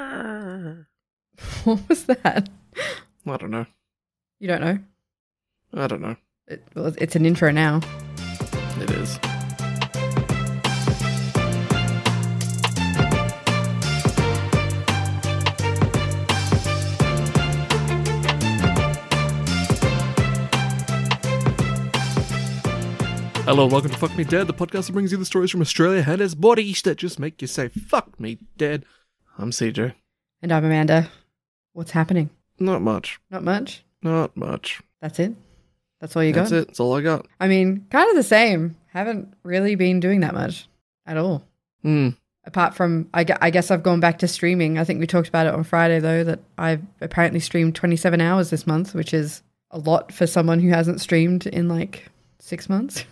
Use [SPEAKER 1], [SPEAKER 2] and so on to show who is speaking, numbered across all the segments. [SPEAKER 1] Brrr.
[SPEAKER 2] What was that?
[SPEAKER 1] I don't know.
[SPEAKER 2] You don't know.
[SPEAKER 1] I don't know.
[SPEAKER 2] It, well, it's an intro now.
[SPEAKER 1] It is. Hello and welcome to Fuck Me Dead, the podcast that brings you the stories from Australia and its bodies that just make you say "Fuck me dead." I'm CJ.
[SPEAKER 2] And I'm Amanda. What's happening?
[SPEAKER 1] Not much.
[SPEAKER 2] Not much.
[SPEAKER 1] Not much.
[SPEAKER 2] That's it. That's all you
[SPEAKER 1] That's
[SPEAKER 2] got.
[SPEAKER 1] it. That's all I got.
[SPEAKER 2] I mean, kind of the same. Haven't really been doing that much at all.
[SPEAKER 1] Hmm.
[SPEAKER 2] Apart from, I, gu- I guess I've gone back to streaming. I think we talked about it on Friday though that I've apparently streamed 27 hours this month, which is a lot for someone who hasn't streamed in like six months.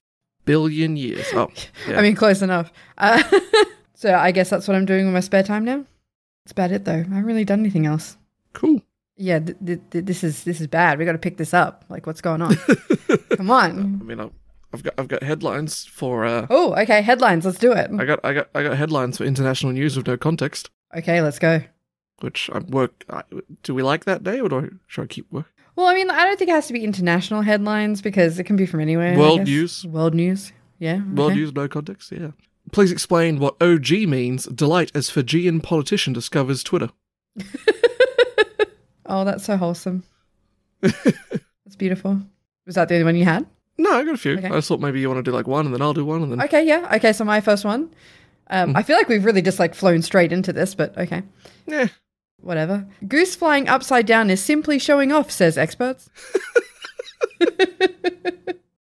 [SPEAKER 1] Billion years. Oh, yeah.
[SPEAKER 2] I mean, close enough. Uh, so I guess that's what I'm doing with my spare time now. That's about it, though. I haven't really done anything else.
[SPEAKER 1] cool.
[SPEAKER 2] Yeah, th- th- th- this is this is bad. We got to pick this up. Like, what's going on? Come
[SPEAKER 1] I
[SPEAKER 2] on.
[SPEAKER 1] mean, I've, I've got I've got headlines for uh,
[SPEAKER 2] Oh, okay. Headlines. Let's do it.
[SPEAKER 1] I got I got I got headlines for international news with no context,
[SPEAKER 2] Okay, let's go.
[SPEAKER 1] which I work. I, do we like that day, or do I, should I keep work?
[SPEAKER 2] Well, I mean, I don't think it has to be international headlines because it can be from anywhere. I
[SPEAKER 1] World
[SPEAKER 2] guess.
[SPEAKER 1] news.
[SPEAKER 2] World news. Yeah.
[SPEAKER 1] Well,
[SPEAKER 2] okay.
[SPEAKER 1] news no context. Yeah. Please explain what OG means. Delight as Fijian politician discovers Twitter.
[SPEAKER 2] Oh, that's so wholesome. that's beautiful. Was that the only one you had?
[SPEAKER 1] No, I got a few.
[SPEAKER 2] Okay.
[SPEAKER 1] I just thought maybe you want to do like one, and then I'll do one, and then
[SPEAKER 2] Okay, yeah. Okay, so my first one.
[SPEAKER 1] Mm.
[SPEAKER 2] Um, I feel like we've really just like flown straight into this, but okay,
[SPEAKER 1] yeah.
[SPEAKER 2] whatever. Goose flying upside down is simply showing off, says experts.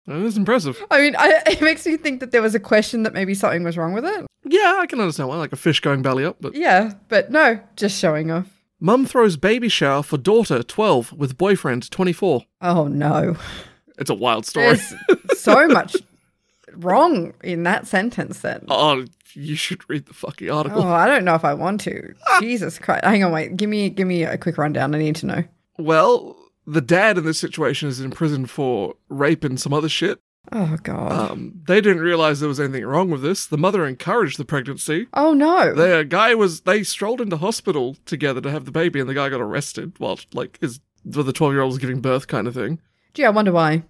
[SPEAKER 1] That is impressive.
[SPEAKER 2] I mean, I, it makes me think that there was a question that maybe something was wrong with it.
[SPEAKER 1] Yeah, I can understand why, like a fish going belly up. But
[SPEAKER 2] Yeah, but no, just showing off.
[SPEAKER 1] mum throws baby shower for daughter twelve with boyfriend twenty four.
[SPEAKER 2] Oh no,
[SPEAKER 1] It's a wild story.
[SPEAKER 2] there's so much wrong in that sentence. Then
[SPEAKER 1] Oh, you should read the fucking article.
[SPEAKER 2] oh, I don't know if I want to. Jesus Christ! Hang on, wait. Give me, give me a quick rundown. I need to know.
[SPEAKER 1] Well, the dad in this situation is in prison for rape and some other shit.
[SPEAKER 2] Oh God.
[SPEAKER 1] Um, they didn't realize there was anything wrong with this. The mother encouraged the pregnancy.
[SPEAKER 2] oh no.
[SPEAKER 1] The guy was they strolled into hospital together to have the baby, and the guy got arrested while like his while the twelve year old was giving birth, kind of thing.
[SPEAKER 2] Gee, I wonder why.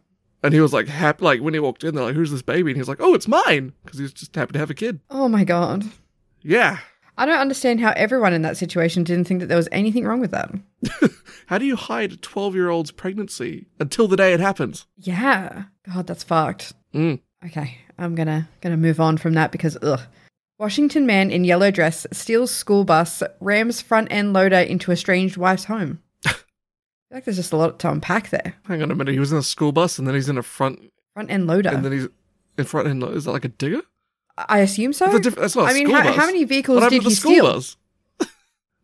[SPEAKER 1] And he was like happy, like when he walked in, they're like, "Who's this baby?" And he was like, "Oh, it's mine," because he was just happy to have a kid.
[SPEAKER 2] Oh my God.
[SPEAKER 1] Yeah.
[SPEAKER 2] I don't understand how everyone in that situation didn't think that there was anything wrong with that.
[SPEAKER 1] How do you hide a twelve year old's pregnancy until the day it happens?
[SPEAKER 2] Yeah. God, that's fucked.
[SPEAKER 1] Mm.
[SPEAKER 2] Okay, I'm gonna gonna move on from that because ugh. Washington man in yellow dress steals school bus, rams front end loader into estranged wife's home. I feel like there's just a lot to unpack there.
[SPEAKER 1] Hang on a minute. He was in a school bus, and then he's in a front
[SPEAKER 2] Front end loader.
[SPEAKER 1] and then he's in front end. Is that like a digger?
[SPEAKER 2] I assume so.
[SPEAKER 1] That's, a diff- that's not. a
[SPEAKER 2] I mean,
[SPEAKER 1] school
[SPEAKER 2] how,
[SPEAKER 1] bus.
[SPEAKER 2] how many vehicles
[SPEAKER 1] what
[SPEAKER 2] did
[SPEAKER 1] happened to
[SPEAKER 2] he
[SPEAKER 1] the school
[SPEAKER 2] steal?
[SPEAKER 1] bus?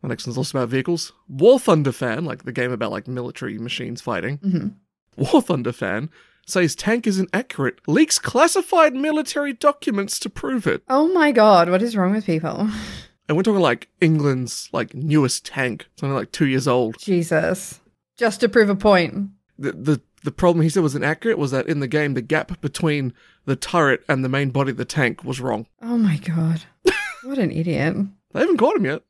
[SPEAKER 1] My next one's also about vehicles. War Thunder fan, like the game about like military machines fighting.
[SPEAKER 2] Mhm.
[SPEAKER 1] War Thunder fan says tank is inaccurate. Leaks classified military documents to prove it.
[SPEAKER 2] Oh my god, what is wrong with people?
[SPEAKER 1] And we're talking like England's like newest tank, something like two years old.
[SPEAKER 2] Jesus. Just to prove a point.
[SPEAKER 1] The the the problem he said was inaccurate was that in the game the gap between the turret and the main body of the tank was wrong.
[SPEAKER 2] Oh my god. what an idiot.
[SPEAKER 1] They haven't caught him yet.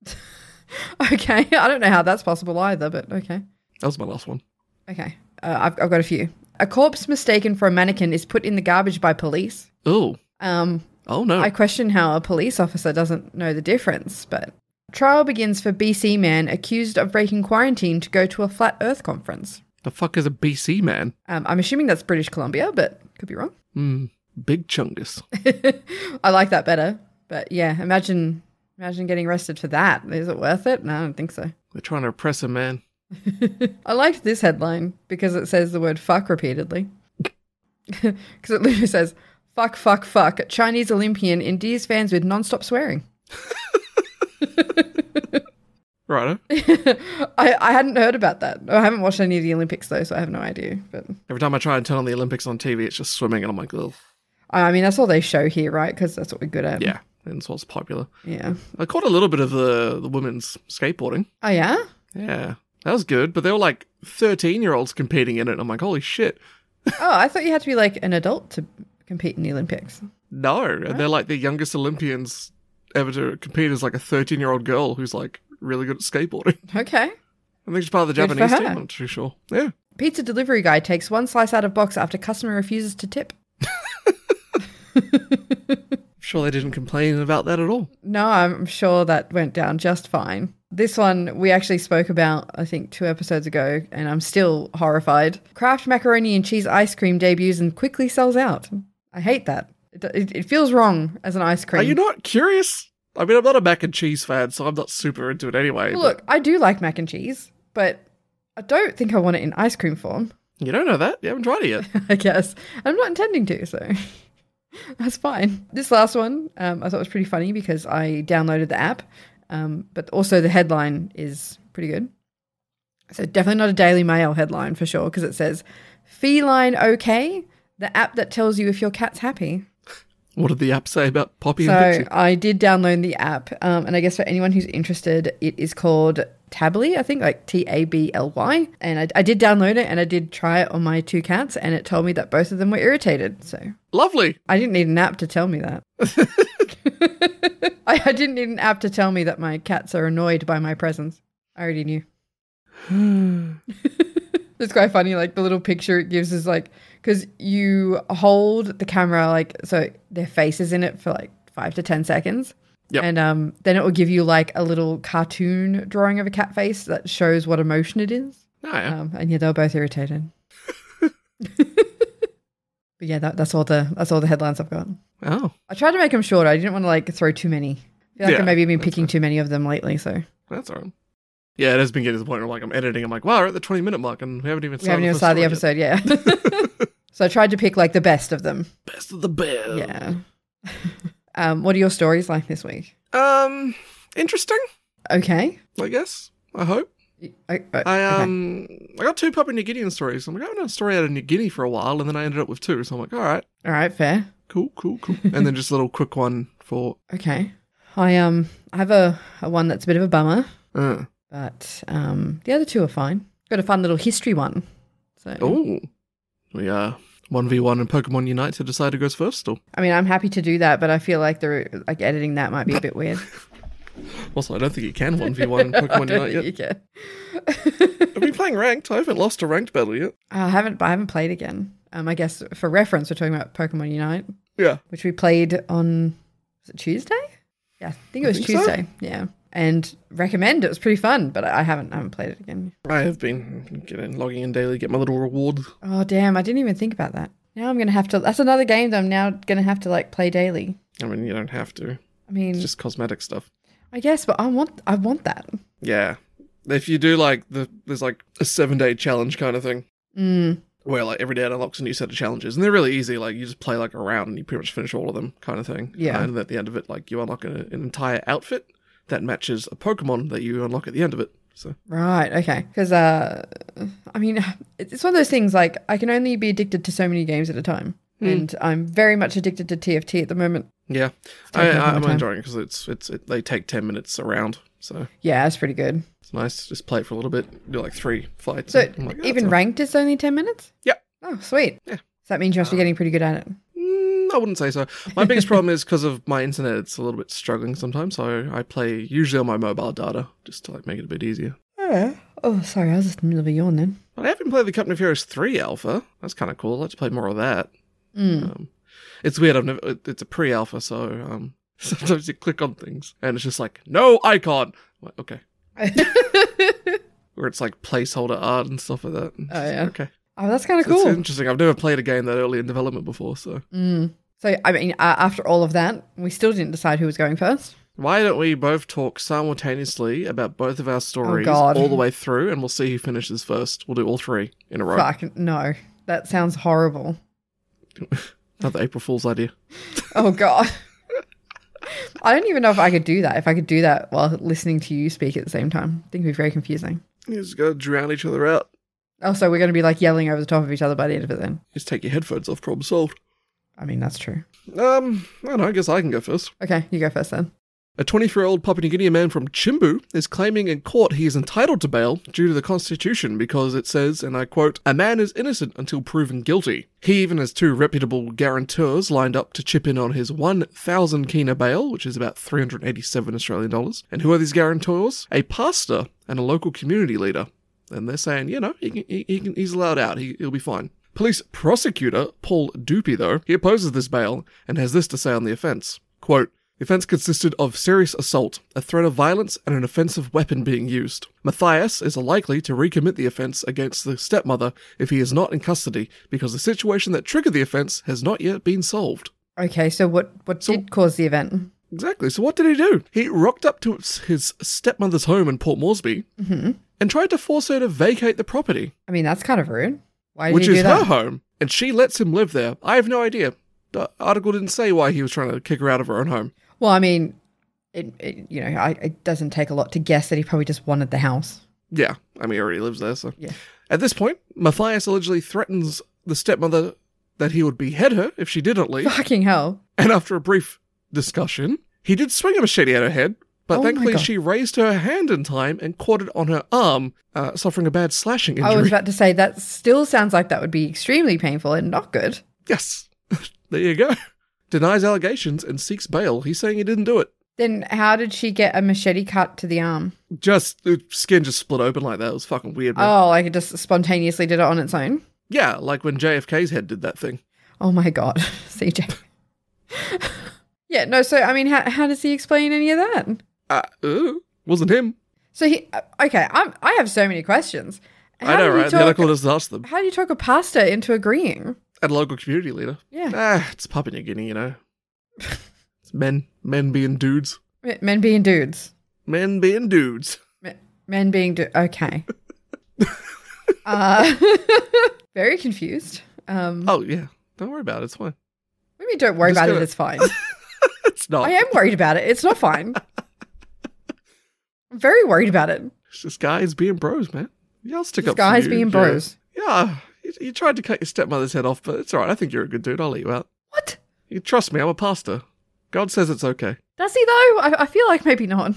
[SPEAKER 2] Okay, I don't know how that's possible either, but okay.
[SPEAKER 1] That was my last one.
[SPEAKER 2] Okay, uh, I've, I've got a few. A corpse mistaken for a mannequin is put in the garbage by police.
[SPEAKER 1] Oh,
[SPEAKER 2] Um,
[SPEAKER 1] oh no.
[SPEAKER 2] I question how a police officer doesn't know the difference, but. Trial begins for BC man accused of breaking quarantine to go to a flat earth conference.
[SPEAKER 1] The fuck is a BC man?
[SPEAKER 2] Um, I'm assuming that's British Columbia, but could be wrong.
[SPEAKER 1] Hmm. Big chungus.
[SPEAKER 2] I like that better. But yeah, imagine imagine getting arrested for that. Is it worth it? No, I don't think so.
[SPEAKER 1] They're trying to oppress a man.
[SPEAKER 2] I liked this headline because it says the word fuck repeatedly. Because it literally says, fuck, fuck, fuck. Chinese Olympian endears fans with non-stop swearing.
[SPEAKER 1] Right.
[SPEAKER 2] I, I hadn't heard about that. I haven't watched any of the Olympics though, so I have no idea. But
[SPEAKER 1] Every time I try and turn on the Olympics on TV, it's just swimming, and I'm like, ugh.
[SPEAKER 2] I mean, that's all they show here, right? Because that's what we're good at.
[SPEAKER 1] Yeah, and it's what's popular.
[SPEAKER 2] Yeah.
[SPEAKER 1] I caught a little bit of the the women's skateboarding.
[SPEAKER 2] Oh, yeah?
[SPEAKER 1] Yeah, that was good. But they were like 13 year olds competing in it. I'm like, holy shit.
[SPEAKER 2] Oh, I thought you had to be like an adult to compete in the Olympics.
[SPEAKER 1] No, and they're like the youngest Olympians ever to compete is like a 13 year old girl who's like really good at skateboarding.
[SPEAKER 2] Okay.
[SPEAKER 1] I think she's part of the
[SPEAKER 2] Good for
[SPEAKER 1] Japanese team.
[SPEAKER 2] her.
[SPEAKER 1] I'm not too sure. Yeah.
[SPEAKER 2] Pizza delivery guy takes one slice out of box after customer refuses to tip.
[SPEAKER 1] I'm sure they didn't complain about that at all.
[SPEAKER 2] No, I'm sure that went down just fine. This one we actually spoke about, I think, two episodes ago, and I'm still horrified. Kraft macaroni and cheese ice cream debuts and quickly sells out. I hate that. It, it, it feels wrong as an ice cream.
[SPEAKER 1] Are you not curious? I mean, I'm not a mac and cheese fan, so I'm not super into it anyway.
[SPEAKER 2] Well, Look, I do like mac and cheese, but I don't think I want it in ice cream form,
[SPEAKER 1] but you don't know that. You haven't tried it yet.
[SPEAKER 2] I guess. I'm not intending to, so that's fine. This last one um, I thought was pretty funny because I downloaded the app, um, but also the headline is pretty good. So definitely not a Daily Mail headline for sure because it says, Feline OK, the app that tells you if your cat's happy.
[SPEAKER 1] what did the app say about Poppy and
[SPEAKER 2] So
[SPEAKER 1] Pixie?
[SPEAKER 2] I did download the app, um, and I guess for anyone who's interested, it is called Tably, I think, like T A B L Y. And I, I did download it, and I did try it on my two cats, and it told me that both of them were irritated. So
[SPEAKER 1] Lovely.
[SPEAKER 2] I didn't need an app to tell me that. I, I didn't need an app to tell me that my cats are annoyed by my presence. I already knew. It's quite funny. Like the little picture it gives is like because you hold the camera like so their face is in it for like five to ten seconds.
[SPEAKER 1] Yep.
[SPEAKER 2] And um, then it will give you like a little cartoon drawing of a cat face that shows what emotion it is.
[SPEAKER 1] Oh, yeah.
[SPEAKER 2] Um, and yeah, they were both irritated. but yeah, that, that's all the that's all the headlines I've got.
[SPEAKER 1] oh.
[SPEAKER 2] I tried to make them shorter. I didn't want to like throw too many. I feel like I
[SPEAKER 1] Yeah,
[SPEAKER 2] maybe been
[SPEAKER 1] that's
[SPEAKER 2] picking too many of them lately, so
[SPEAKER 1] That's all right. Yeah, it has been getting to the point where like I'm editing. I'm like, wow, we're at the 20 minute mark, and we haven't even
[SPEAKER 2] we haven't even started the episode. Yeah. so I tried to pick like the best of them.
[SPEAKER 1] Yet. Best of the best.
[SPEAKER 2] Yeah. um, what are your stories like this week?
[SPEAKER 1] Um, interesting,
[SPEAKER 2] Okay.
[SPEAKER 1] I guess. I hope.
[SPEAKER 2] I, I-
[SPEAKER 1] I
[SPEAKER 2] okay.
[SPEAKER 1] um, I got two Papua New Guinean stories. I'm like, I haven't had a story out of New Guinea for a while, and then I ended up with two. So I'm like, all right,
[SPEAKER 2] All right, fair.
[SPEAKER 1] cool, cool, cool. and then just a little quick one for.
[SPEAKER 2] Okay. I um I have a, a one that's a bit of a bummer,
[SPEAKER 1] Uh,
[SPEAKER 2] but um the other two are fine. Got a fun little history one. So
[SPEAKER 1] oh, we uh one v one and Pokemon Unite to decide who goes first. Still,
[SPEAKER 2] I mean, I'm happy to do that, but I feel like the like editing that might be a bit weird.
[SPEAKER 1] also, I don't think you can one v one
[SPEAKER 2] I don't
[SPEAKER 1] Pokemon Unite
[SPEAKER 2] think
[SPEAKER 1] yet.
[SPEAKER 2] you can.
[SPEAKER 1] I've been playing ranked. I haven't lost a ranked battle yet.
[SPEAKER 2] Uh, I haven't I haven't played again. Um I guess for reference we're talking about Pokemon Unite,
[SPEAKER 1] Yeah,
[SPEAKER 2] which we played on was it Tuesday? Yeah, I think it was
[SPEAKER 1] think so.
[SPEAKER 2] Tuesday. Yeah. And recommend it was pretty fun, but I haven't I haven't played it again.
[SPEAKER 1] I have been getting logging in daily, get my little reward.
[SPEAKER 2] Oh damn, I didn't even think about that. Now I'm gonna have to that's another game that I'm now gonna have to like play daily.
[SPEAKER 1] I mean, you don't have to.
[SPEAKER 2] I mean
[SPEAKER 1] It's just cosmetic stuff.
[SPEAKER 2] I guess, but I want I want that.
[SPEAKER 1] Yeah, if you do like the there's like a seven day challenge kind of thing.
[SPEAKER 2] Mm.
[SPEAKER 1] where like every day it unlocks a new set of challenges, and they're really easy. Like you just play like a round and you pretty much finish all of them, kind of thing.
[SPEAKER 2] Yeah.
[SPEAKER 1] and at the end of it, like you unlock an, an entire outfit that matches a Pokemon that you unlock at the end of it. So
[SPEAKER 2] Right, okay. Because, uh, I mean, it's it's one of those things like I can only be addicted to so many games at a time.
[SPEAKER 1] Mm.
[SPEAKER 2] And I'm very much addicted to TFT at the moment.
[SPEAKER 1] yeah, I,
[SPEAKER 2] taking up all
[SPEAKER 1] I,
[SPEAKER 2] my
[SPEAKER 1] I'm
[SPEAKER 2] time.
[SPEAKER 1] enjoying it because it's it's it, they take ten minutes around, so
[SPEAKER 2] Yeah, that's pretty good.
[SPEAKER 1] it's nice. to Just play it for a little bit, do like three fights.
[SPEAKER 2] So,
[SPEAKER 1] and I'm like, oh,
[SPEAKER 2] even
[SPEAKER 1] that's
[SPEAKER 2] ranked is only 10 minutes?
[SPEAKER 1] Yep.
[SPEAKER 2] Oh, sweet.
[SPEAKER 1] Yeah. Uh.
[SPEAKER 2] So that means you're actually getting pretty good at it.
[SPEAKER 1] a- Mm, I wouldn't say so. My biggest problem is because of my internet; it's a little bit struggling sometimes. So I play usually on my mobile data just to like make it a bit easier.
[SPEAKER 2] Yeah. Oh, sorry. I was just in the middle of a yawn then.
[SPEAKER 1] But I haven't played the Company of Heroes 3 Alpha. That's kind of cool. I'd like to play more of that.
[SPEAKER 2] Mm.
[SPEAKER 1] Um, it's weird. I've never. it- It's a pre-alpha, so um, sometimes you click on things and it's just like no icon. I'm like, okay, or it's like placeholder art and stuff like that. It's
[SPEAKER 2] Oh,
[SPEAKER 1] just,
[SPEAKER 2] yeah.
[SPEAKER 1] Okay,
[SPEAKER 2] oh, that's kind of
[SPEAKER 1] So it's
[SPEAKER 2] cool.
[SPEAKER 1] interesting. I've never played a game that early in development before. So
[SPEAKER 2] Mm. So, I mean, uh, after all of that, we still didn't decide who was going first.
[SPEAKER 1] why don't we both talk simultaneously about both of our stories
[SPEAKER 2] Oh, God.
[SPEAKER 1] all the way through, and we'll see who finishes first. We'll do all three in a row.
[SPEAKER 2] Fuck, no. That sounds horrible.
[SPEAKER 1] Another April Fool's idea.
[SPEAKER 2] Oh god. I don't even know if I could do that. If I could do that while listening to you speak at the same time, I think it'd be very confusing.
[SPEAKER 1] You just gotta drown each other out.
[SPEAKER 2] Also, we're going to be like yelling over the top of each other by the end of it. Then,
[SPEAKER 1] Just take your headphones off. Problem solved.
[SPEAKER 2] I mean, that's true.
[SPEAKER 1] Um, I don't know. I guess I can go first.
[SPEAKER 2] Okay, you go first then.
[SPEAKER 1] A 23 year old Papua New Guinea man from Chimbu is claiming in court he is entitled to bail due to the Constitution because it says, and I quote, a man is innocent until proven guilty. He even has two reputable guarantors lined up to chip in on his 1,000 kina bail, which is about 387 Australian dollars. And who are these guarantors? A pastor and a local community leader. And they're saying, you know, he can, he, he can, he's allowed out, he, he'll be fine. Police prosecutor Paul Doopy, though, he opposes this bail and has this to say on the offence. Quote, the offence consisted of serious assault, a threat of violence, and an offensive weapon being used. Matthias is likely to recommit the offence against the stepmother if he is not in custody because the situation that triggered the offence has not yet been solved.
[SPEAKER 2] Okay, so what what
[SPEAKER 1] So-
[SPEAKER 2] did cause the event?
[SPEAKER 1] Exactly. So what did he do? He rocked up to his stepmother's home in Port Moresby and tried to force her to vacate the property,
[SPEAKER 2] Mm-hmm. I mean, that's kind of rude. Why did
[SPEAKER 1] which
[SPEAKER 2] you do
[SPEAKER 1] is her
[SPEAKER 2] that?
[SPEAKER 1] home, and she lets him live there. I have no idea. The article didn't say why he was trying to kick her out of her own home.
[SPEAKER 2] Well, I mean, it, it you know, I, it doesn't take a lot to guess that he probably just wanted the house.
[SPEAKER 1] Yeah, I mean, he already lives there, so.
[SPEAKER 2] Yeah.
[SPEAKER 1] At this point, Matthias allegedly threatens the stepmother that he would behead her if she didn't leave,
[SPEAKER 2] Fucking hell.
[SPEAKER 1] and after a brief discussion, he did swing a machete at her head, but
[SPEAKER 2] Oh my
[SPEAKER 1] thankfully
[SPEAKER 2] God.
[SPEAKER 1] she raised her hand in time and caught it on her arm, uh, suffering a bad slashing injury.
[SPEAKER 2] I was about to say that still sounds like that would be extremely painful and not good.
[SPEAKER 1] yes, there you go. Denies allegations and seeks bail. He's saying he didn't do it.
[SPEAKER 2] Then how did she get a machete cut to the arm?
[SPEAKER 1] Just the skin just split open like that. It was fucking weird. man.
[SPEAKER 2] Oh, like it just spontaneously did it on its own.
[SPEAKER 1] yeah, like when JFK's head did that thing.
[SPEAKER 2] Oh my god, CJ. yeah, no. So I mean, how how does he explain any of that?
[SPEAKER 1] Uh, uh, wasn't him.
[SPEAKER 2] So he uh, okay. I'm I have so many questions. How
[SPEAKER 1] I know,
[SPEAKER 2] did he
[SPEAKER 1] right? The article
[SPEAKER 2] talk-
[SPEAKER 1] just asked them.
[SPEAKER 2] how do you talk a pastor into agreeing?
[SPEAKER 1] and a local community leader.
[SPEAKER 2] Yeah.
[SPEAKER 1] Ah, it's Papua New Guinea, you know. it's men, men being dudes,
[SPEAKER 2] M- Men being dudes.
[SPEAKER 1] men being dudes.
[SPEAKER 2] M- Men being du- okay. uh, very confused. Um,
[SPEAKER 1] Oh yeah, don't worry about it. It's fine.
[SPEAKER 2] maybe don't worry
[SPEAKER 1] just
[SPEAKER 2] about it.
[SPEAKER 1] gonna- Oh.
[SPEAKER 2] It's fine.
[SPEAKER 1] It's not.
[SPEAKER 2] I am worried about it. It's not fine. I'm very worried about it.
[SPEAKER 1] It's just guys being bros, man. Yeah, I'll stick
[SPEAKER 2] This
[SPEAKER 1] up. for
[SPEAKER 2] guy's
[SPEAKER 1] you,
[SPEAKER 2] being
[SPEAKER 1] yeah.
[SPEAKER 2] bros.
[SPEAKER 1] Yeah, you, you tried to cut your stepmother's head off, but it's all right. I think you're a good dude. I'll let you out.
[SPEAKER 2] What?
[SPEAKER 1] You can trust me. I'm a pastor. God says it's okay.
[SPEAKER 2] Does he though? I, I feel like maybe not.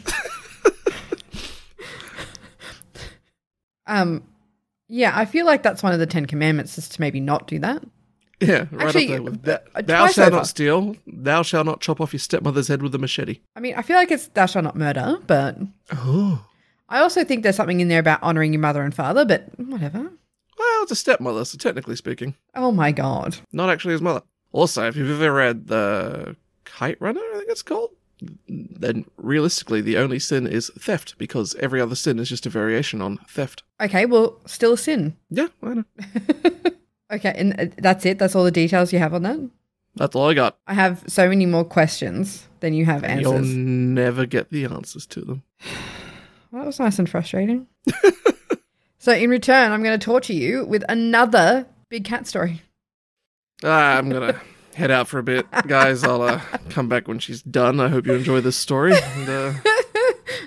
[SPEAKER 2] um, yeah, I feel like that's one of the Ten Commandments is to maybe not do that.
[SPEAKER 1] Yeah, right
[SPEAKER 2] Actually,
[SPEAKER 1] up there with
[SPEAKER 2] uh,
[SPEAKER 1] that.
[SPEAKER 2] uh,
[SPEAKER 1] Thou
[SPEAKER 2] twice
[SPEAKER 1] shalt
[SPEAKER 2] over.
[SPEAKER 1] not steal. Thou shalt not chop off your stepmother's head with a machete.
[SPEAKER 2] I mean, I feel like it's thou shalt not murder, but
[SPEAKER 1] Oh.
[SPEAKER 2] I also think there's something in there about honoring your mother and father. But whatever.
[SPEAKER 1] Well, it's a stepmother, so technically speaking.
[SPEAKER 2] Oh my god.
[SPEAKER 1] not actually his mother. Also, if you've ever read the Kite Runner, I think it's called, then realistically, the only sin is theft because every other sin is just a variation on theft.
[SPEAKER 2] Okay, well, still a sin.
[SPEAKER 1] Yeah, I know.
[SPEAKER 2] Okay, and uh, that's it. That's all the details you have on that.
[SPEAKER 1] That's all I got.
[SPEAKER 2] I have so many more questions than you have
[SPEAKER 1] You'll
[SPEAKER 2] answers.
[SPEAKER 1] never get the answers to them.
[SPEAKER 2] Well, that was nice and frustrating. so, in return, I'm going to torture you with another big cat story.
[SPEAKER 1] Ah, I'm gonna head out for a bit, guys. I'll uh, come back when she's done. I hope you enjoy this story. And, uh,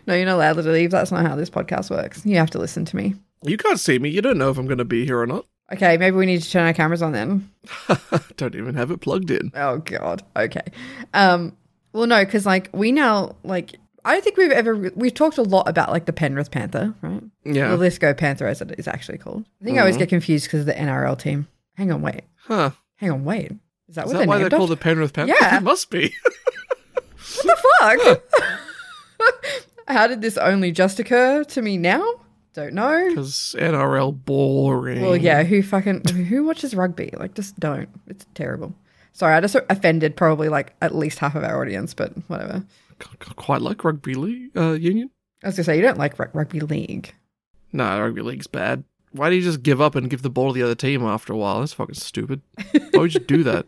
[SPEAKER 2] No, you're not allowed to leave. That's not how this podcast works. You have to listen to me.
[SPEAKER 1] you can't see me. You don't know if I'm gonna be here or not.
[SPEAKER 2] Okay, maybe we need to turn our cameras on then.
[SPEAKER 1] don't even have it plugged in.
[SPEAKER 2] Oh God. Okay. Um. Well, no, because like we now like I don't think we've ever we've talked a lot about like the Penrith Panther, right? The
[SPEAKER 1] Yeah. Mm-hmm.
[SPEAKER 2] Lithgow Panther, as it is actually called. I think I always get confused because of the NRL team. Hang on, wait.
[SPEAKER 1] Huh.
[SPEAKER 2] Hang on, wait. Is that what
[SPEAKER 1] Is that
[SPEAKER 2] they're
[SPEAKER 1] why they're
[SPEAKER 2] named after?
[SPEAKER 1] called the Penrith Panthers?
[SPEAKER 2] Yeah.
[SPEAKER 1] It must be.
[SPEAKER 2] What the fuck? How did this only just occur to me now? Don't know.
[SPEAKER 1] Because NRL boring.
[SPEAKER 2] Well, yeah, who fucking who watches rugby? Like, just don't. It's terrible. Sorry, I just offended probably like at least half of our audience, but whatever.
[SPEAKER 1] Qu- qu- quite like rugby league uh, union.
[SPEAKER 2] I was gonna say you don't like ru- rugby league.
[SPEAKER 1] No, rugby league's bad. Why do you just give up and give the ball to the other team after a while? That's fucking stupid. Why would you do that?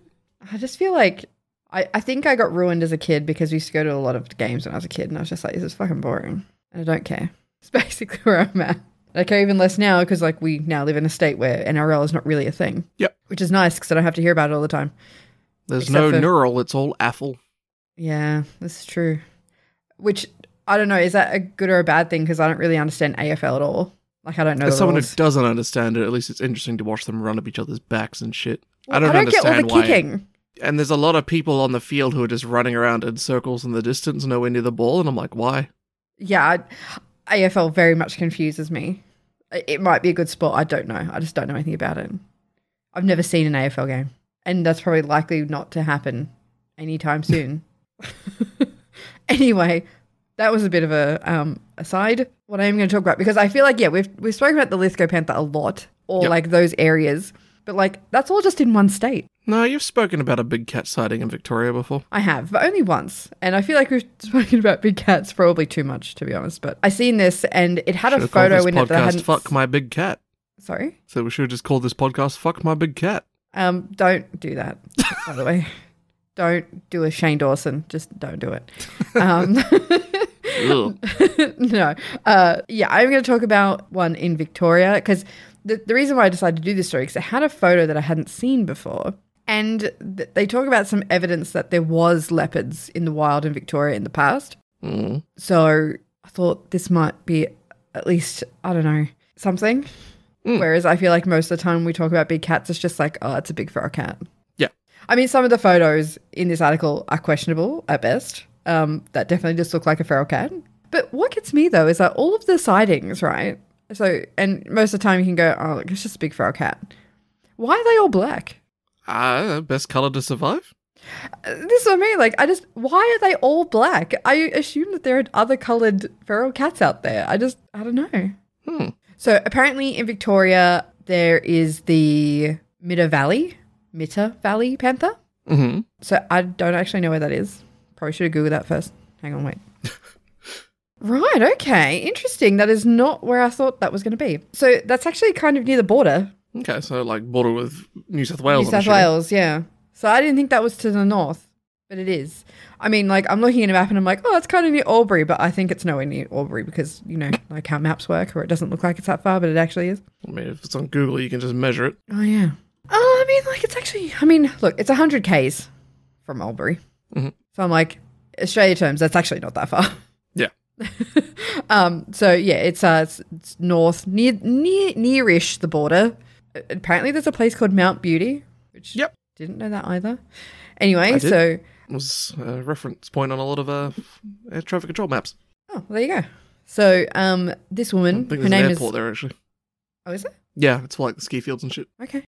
[SPEAKER 2] I just feel like I, I think I got ruined as a kid because we used to go to a lot of games when I was a kid, and I was just like, this is fucking boring, and I don't care. It's basically where I'm at. And I care even less now because like we now live in a state where NRL is not really a thing.
[SPEAKER 1] Yep.
[SPEAKER 2] Which is nice because I don't have to hear about it all the time.
[SPEAKER 1] There's
[SPEAKER 2] Except
[SPEAKER 1] no
[SPEAKER 2] for-
[SPEAKER 1] neural. It's all affle.
[SPEAKER 2] Yeah, that's true. Which I don't know. Is that a good or a bad thing? Because I don't really understand AFL at all. Like I don't know.
[SPEAKER 1] As
[SPEAKER 2] The
[SPEAKER 1] someone who
[SPEAKER 2] rules.
[SPEAKER 1] doesn't understand it, at least it's interesting to watch them run up each other's backs and shit.
[SPEAKER 2] Well,
[SPEAKER 1] I don't understand
[SPEAKER 2] get all the
[SPEAKER 1] why.
[SPEAKER 2] kicking.
[SPEAKER 1] And there's a lot of people on the field who are just running around in circles in the distance, nowhere near the ball. And I'm like, why?
[SPEAKER 2] Yeah, I- AFL very much confuses me. I- It might be a good sport. I don't know. I just don't know anything about it. I've never seen an AFL game, and that's probably likely not to happen anytime soon. anyway, that was a bit of a um, aside. What I am going to talk about because I feel like yeah, we've we've spoken about the Lithgow Panther a lot, or
[SPEAKER 1] Yep.
[SPEAKER 2] like those areas, but like that's all just in one state.
[SPEAKER 1] No, you've spoken about a big cat sighting in Victoria before.
[SPEAKER 2] I have, but only once. And I feel like we've spoken about big cats probably too much, to be honest. But I seen this and it had a
[SPEAKER 1] Should've called
[SPEAKER 2] photo
[SPEAKER 1] this
[SPEAKER 2] in it that I
[SPEAKER 1] podcast
[SPEAKER 2] hadn't.
[SPEAKER 1] Fuck My Big Cat.
[SPEAKER 2] Sorry.
[SPEAKER 1] So we should have just called this podcast Fuck My Big Cat.
[SPEAKER 2] Um, don't do that, by the way. Don't do a Shane Dawson. Just don't do it. Um,
[SPEAKER 1] Ugh.
[SPEAKER 2] no. Uh, yeah, I'm going to talk about one in Victoria because the, the reason why I decided to do this story because I had a photo that I hadn't seen before. And th- they talk about some evidence that there was leopards in the wild in Victoria in the past.
[SPEAKER 1] Mm.
[SPEAKER 2] So I thought this might be at least, I don't know, something. Whereas I feel like most of the time we talk about big cats, it's just like, oh, it's a big feral cat.
[SPEAKER 1] Yeah.
[SPEAKER 2] I mean, some of the photos in this article are questionable at best. Um, that definitely just look like a feral cat. But what gets me though is that all of the sightings, right? So, and most of the time you can go, oh, look, it's just a big feral cat. Why are they all black?
[SPEAKER 1] Ah, best color to survive?
[SPEAKER 2] This is what I mean. Like, I just, why are they all black? I assume that there are other coloured feral cats out there. I just, I don't know.
[SPEAKER 1] Hmm.
[SPEAKER 2] So apparently in Victoria, there is the Mitter Valley, Mitter Valley Panther.
[SPEAKER 1] Mm-hmm.
[SPEAKER 2] So I don't actually know where that is. Probably should have Googled that first. Hang on, wait. right, okay. Interesting. That is not where I thought that was going to be. So that's actually kind of near the border,
[SPEAKER 1] Okay, so like border with New South Wales.
[SPEAKER 2] New
[SPEAKER 1] I'm
[SPEAKER 2] South
[SPEAKER 1] assuming.
[SPEAKER 2] Wales, yeah. So I didn't think that was to the north, but it is. I mean, like I'm looking at a map and I'm like, oh, it's kind of near Albury, but I think it's nowhere near Albury because you know, like how maps work, where it doesn't look like it's that far, but it actually is.
[SPEAKER 1] I mean, if it's on Google, you can just measure it.
[SPEAKER 2] Oh yeah. Oh, I mean, like it's actually. I mean, look, it's hundred k's from Albury,
[SPEAKER 1] Mhm.
[SPEAKER 2] so I'm like Australia terms. That's actually not that far.
[SPEAKER 1] Yeah.
[SPEAKER 2] um. So yeah, it's uh, it's, it's north near near nearish the border. A- Apparently, there's a place called Mount Beauty, which
[SPEAKER 1] Yep.
[SPEAKER 2] didn't know that either. Anyway,
[SPEAKER 1] I did.
[SPEAKER 2] so
[SPEAKER 1] was a reference point on a lot of uh, air traffic control maps.
[SPEAKER 2] oh, there you go. So um, this
[SPEAKER 1] I
[SPEAKER 2] woman,
[SPEAKER 1] think
[SPEAKER 2] her
[SPEAKER 1] there's an
[SPEAKER 2] name is
[SPEAKER 1] airport there actually.
[SPEAKER 2] oh, is it?
[SPEAKER 1] Yeah, it's for like the ski fields and shit.
[SPEAKER 2] Okay.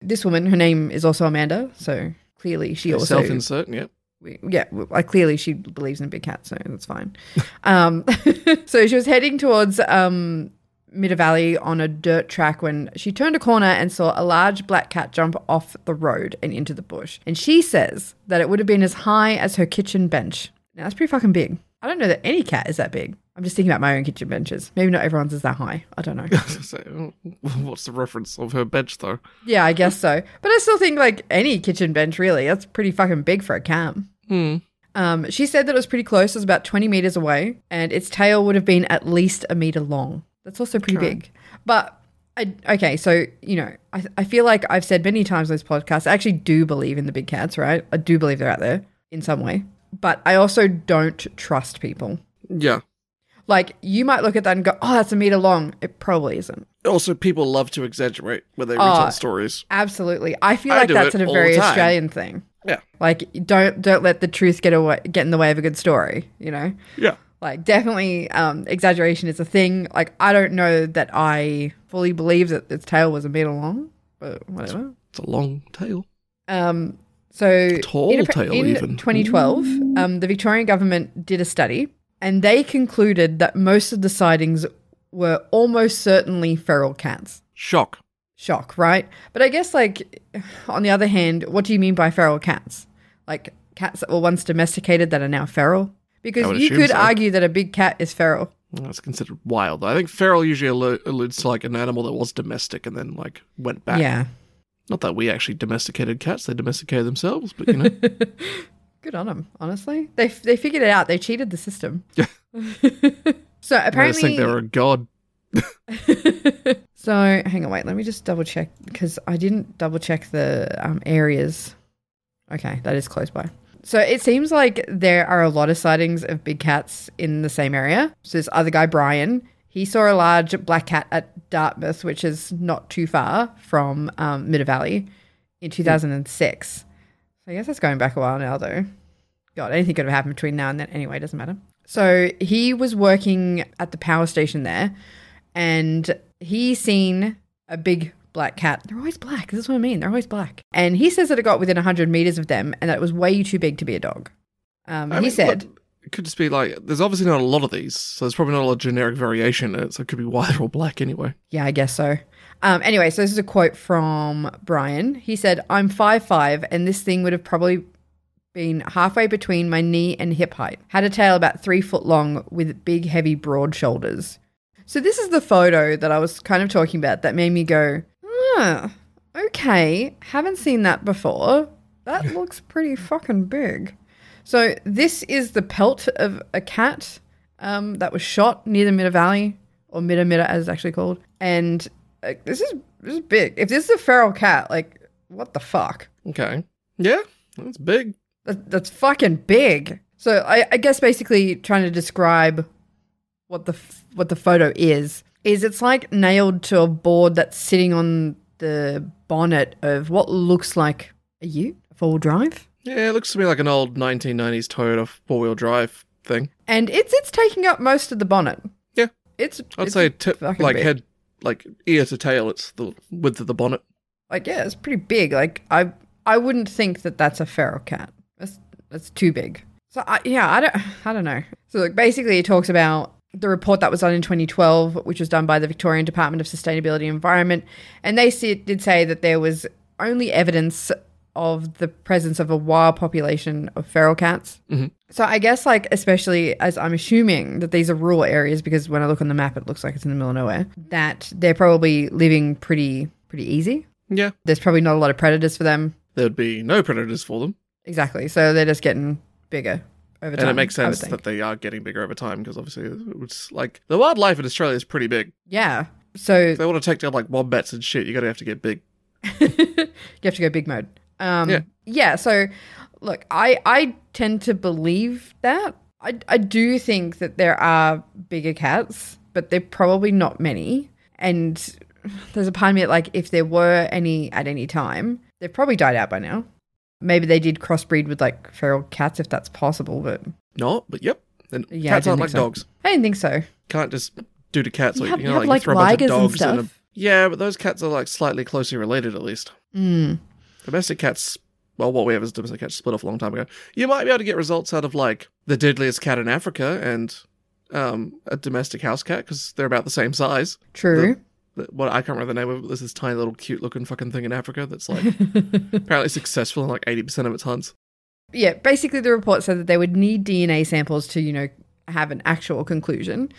[SPEAKER 2] This woman, her name is also Amanda, so clearly she also
[SPEAKER 1] Self insert, yeah.
[SPEAKER 2] we, yeah, w- like clearly she believes in a big cat, so that's fine. um, so she was heading towards um, Mitter Valley on a dirt track when she turned a corner and saw a large black cat jump off the road and into the bush. And she says that it would have been as high as her kitchen bench. Now that's pretty fucking big. I don't know that any cat is that big. I'm just thinking about my own kitchen benches. Maybe not everyone's is that high. I don't know.
[SPEAKER 1] so, what's the reference of her bench though?
[SPEAKER 2] yeah, I guess so. But I still think like any kitchen bench really. That's pretty fucking big for a cat.
[SPEAKER 1] Hmm.
[SPEAKER 2] Um, she said that it was pretty close. It was about 20 meters away, and its tail would have been at least a meter long. That's also pretty
[SPEAKER 1] Okay.
[SPEAKER 2] big. But, I, okay, so, you know, I, I feel like I've said many times on this podcast, I actually do believe in the big cats, right? I do believe they're out there in some way. But I also don't trust people.
[SPEAKER 1] Yeah.
[SPEAKER 2] Like, you might look at that and go, oh, that's a meter long. It probably isn't.
[SPEAKER 1] Also, people love to exaggerate when they
[SPEAKER 2] Oh.
[SPEAKER 1] retell stories.
[SPEAKER 2] Absolutely. I feel
[SPEAKER 1] I
[SPEAKER 2] like
[SPEAKER 1] do
[SPEAKER 2] that's
[SPEAKER 1] it
[SPEAKER 2] a
[SPEAKER 1] all
[SPEAKER 2] very
[SPEAKER 1] the time.
[SPEAKER 2] Australian thing.
[SPEAKER 1] Yeah.
[SPEAKER 2] Like, don't don't let the truth get away get in the way of a good story, you know?
[SPEAKER 1] Yeah.
[SPEAKER 2] like definitely um, exaggeration is a thing like i don't know that i fully believe that its tail was a meter long but whatever
[SPEAKER 1] It's a long tail.
[SPEAKER 2] um, so
[SPEAKER 1] Tall
[SPEAKER 2] in,
[SPEAKER 1] tail,
[SPEAKER 2] in
[SPEAKER 1] even.
[SPEAKER 2] 2012 um, the victorian government did a study and they concluded that most of the sightings were almost certainly feral cats
[SPEAKER 1] Shock.
[SPEAKER 2] shock right but i guess like on the other hand what do you mean by feral cats like cats that were once domesticated that are now feral
[SPEAKER 1] I
[SPEAKER 2] because
[SPEAKER 1] would
[SPEAKER 2] you
[SPEAKER 1] assume
[SPEAKER 2] could
[SPEAKER 1] so.
[SPEAKER 2] argue that a big cat is feral
[SPEAKER 1] That's considered wild. I think feral usually allu- alludes to like an animal that was domestic and then like went back.
[SPEAKER 2] yeah
[SPEAKER 1] Not that we actually domesticated cats; they domesticated themselves. But you know,
[SPEAKER 2] Good on them, honestly. They they figured it out. They cheated the system.
[SPEAKER 1] Yeah.
[SPEAKER 2] so
[SPEAKER 1] I just
[SPEAKER 2] apparently,
[SPEAKER 1] think they were a god.
[SPEAKER 2] so hang on, wait. Let me just double check because I didn't double check the um, areas. Okay, that is close by. So it seems like there are a lot of sightings of big cats in the same area. So this other guy, Brian, he saw a large black cat at Dartmouth, which is not too far from um, Mitter Valley, in 2006. I guess that's going back a while now, though. God, anything could have happened between now and then. Anyway, doesn't matter. So he was working at the power station there, and he seen a big black cat. They're always black. This is what I mean. They're always black. And he says that it got within 100 meters of them, and that it was way too big to be a dog. Um,
[SPEAKER 1] I
[SPEAKER 2] he
[SPEAKER 1] mean,
[SPEAKER 2] said,
[SPEAKER 1] look, it could just be like there's obviously not a lot of these, so there's probably not a lot of generic variation in it. So it could be white or black anyway.
[SPEAKER 2] Yeah, I guess so. Um, anyway, so this is a quote from Brian. He said, I'm 5'5, and this thing would have probably been halfway between my knee and hip height. Had a tail about three foot long with big, heavy, broad shoulders. So, this is the photo that I was kind of talking about that made me go, ah, okay, haven't seen that before. That looks pretty fucking big. So, this is the pelt of a cat um, that was shot near the Mitter Valley, or Mitter Mitter as it's actually called. And uh, this is this is big. If this is a feral cat, like what the fuck?
[SPEAKER 1] Okay. Yeah, that's big.
[SPEAKER 2] That, that's fucking big. So I, I guess basically trying to describe what the f- what the photo is is it's like nailed to a board that's sitting on the bonnet of what looks like a Ute, a four wheel drive.
[SPEAKER 1] Yeah, it looks to me like an old 1990s Toyota four-wheel drive thing.
[SPEAKER 2] and it's it's taking up most of the bonnet.
[SPEAKER 1] Yeah.
[SPEAKER 2] it's.
[SPEAKER 1] I'd
[SPEAKER 2] it's
[SPEAKER 1] say tip,
[SPEAKER 2] fucking
[SPEAKER 1] like
[SPEAKER 2] big.
[SPEAKER 1] head, like ear to tail. It's the width of the bonnet.
[SPEAKER 2] like yeah, it's pretty big. Like I I wouldn't think that that's a feral cat. That's that's too big. So I, yeah, I don't I don't know. So like basically, it talks about the report that was done in 2012, which was done by the Victorian Department of Sustainability and Environment, and they see, did say that there was only evidence of the presence of a wild population of feral cats.
[SPEAKER 1] Mhm.
[SPEAKER 2] So I guess like especially as I'm assuming that these are rural areas because when I look on the map, it looks like it's in the middle of nowhere. That they're probably living pretty pretty easy
[SPEAKER 1] Yeah,
[SPEAKER 2] there's probably not a lot of predators for them.
[SPEAKER 1] there would be no predators for them,
[SPEAKER 2] Exactly. So they're just getting bigger over time.
[SPEAKER 1] and it makes
[SPEAKER 2] I would
[SPEAKER 1] sense
[SPEAKER 2] think.
[SPEAKER 1] that they are getting bigger over time because obviously it's like the wildlife in Australia is pretty big.
[SPEAKER 2] yeah. So
[SPEAKER 1] If they want to take down like wombats and shit, you're gonna have to get big.
[SPEAKER 2] you have to go big mode. Um,
[SPEAKER 1] Yeah.
[SPEAKER 2] yeah. So, look, I I tend to believe that. I I do think that there are bigger cats, but they're probably not many. And there's a part of me that, like if there were any at any time, they've probably died out by now. Maybe they did crossbreed with like feral cats if that's possible, but
[SPEAKER 1] No, but yep, and
[SPEAKER 2] Yeah, I
[SPEAKER 1] cats
[SPEAKER 2] didn't
[SPEAKER 1] aren't like
[SPEAKER 2] think so.
[SPEAKER 1] dogs.
[SPEAKER 2] I didn't think so.
[SPEAKER 1] Can't just do to cats.
[SPEAKER 2] You
[SPEAKER 1] like,
[SPEAKER 2] have-
[SPEAKER 1] you
[SPEAKER 2] you
[SPEAKER 1] know,
[SPEAKER 2] have, like,
[SPEAKER 1] like, you throw a bunch of
[SPEAKER 2] ligers and
[SPEAKER 1] dogs in
[SPEAKER 2] stuff.
[SPEAKER 1] a- Yeah, but those cats are like slightly closely related at least.
[SPEAKER 2] Mm.
[SPEAKER 1] Domestic cats, well, what we have is domestic cats split off a long time ago. You might be able to get results out of like the deadliest cat in Africa and um, a domestic house cat because they're about the same size.
[SPEAKER 2] True.
[SPEAKER 1] The- What I can't remember the name of it. But there's this tiny little cute looking fucking thing in Africa that's like apparently successful in like 80% of its hunts.
[SPEAKER 2] yeah, basically the report said that they would need DNA samples to, you know, have an actual conclusion,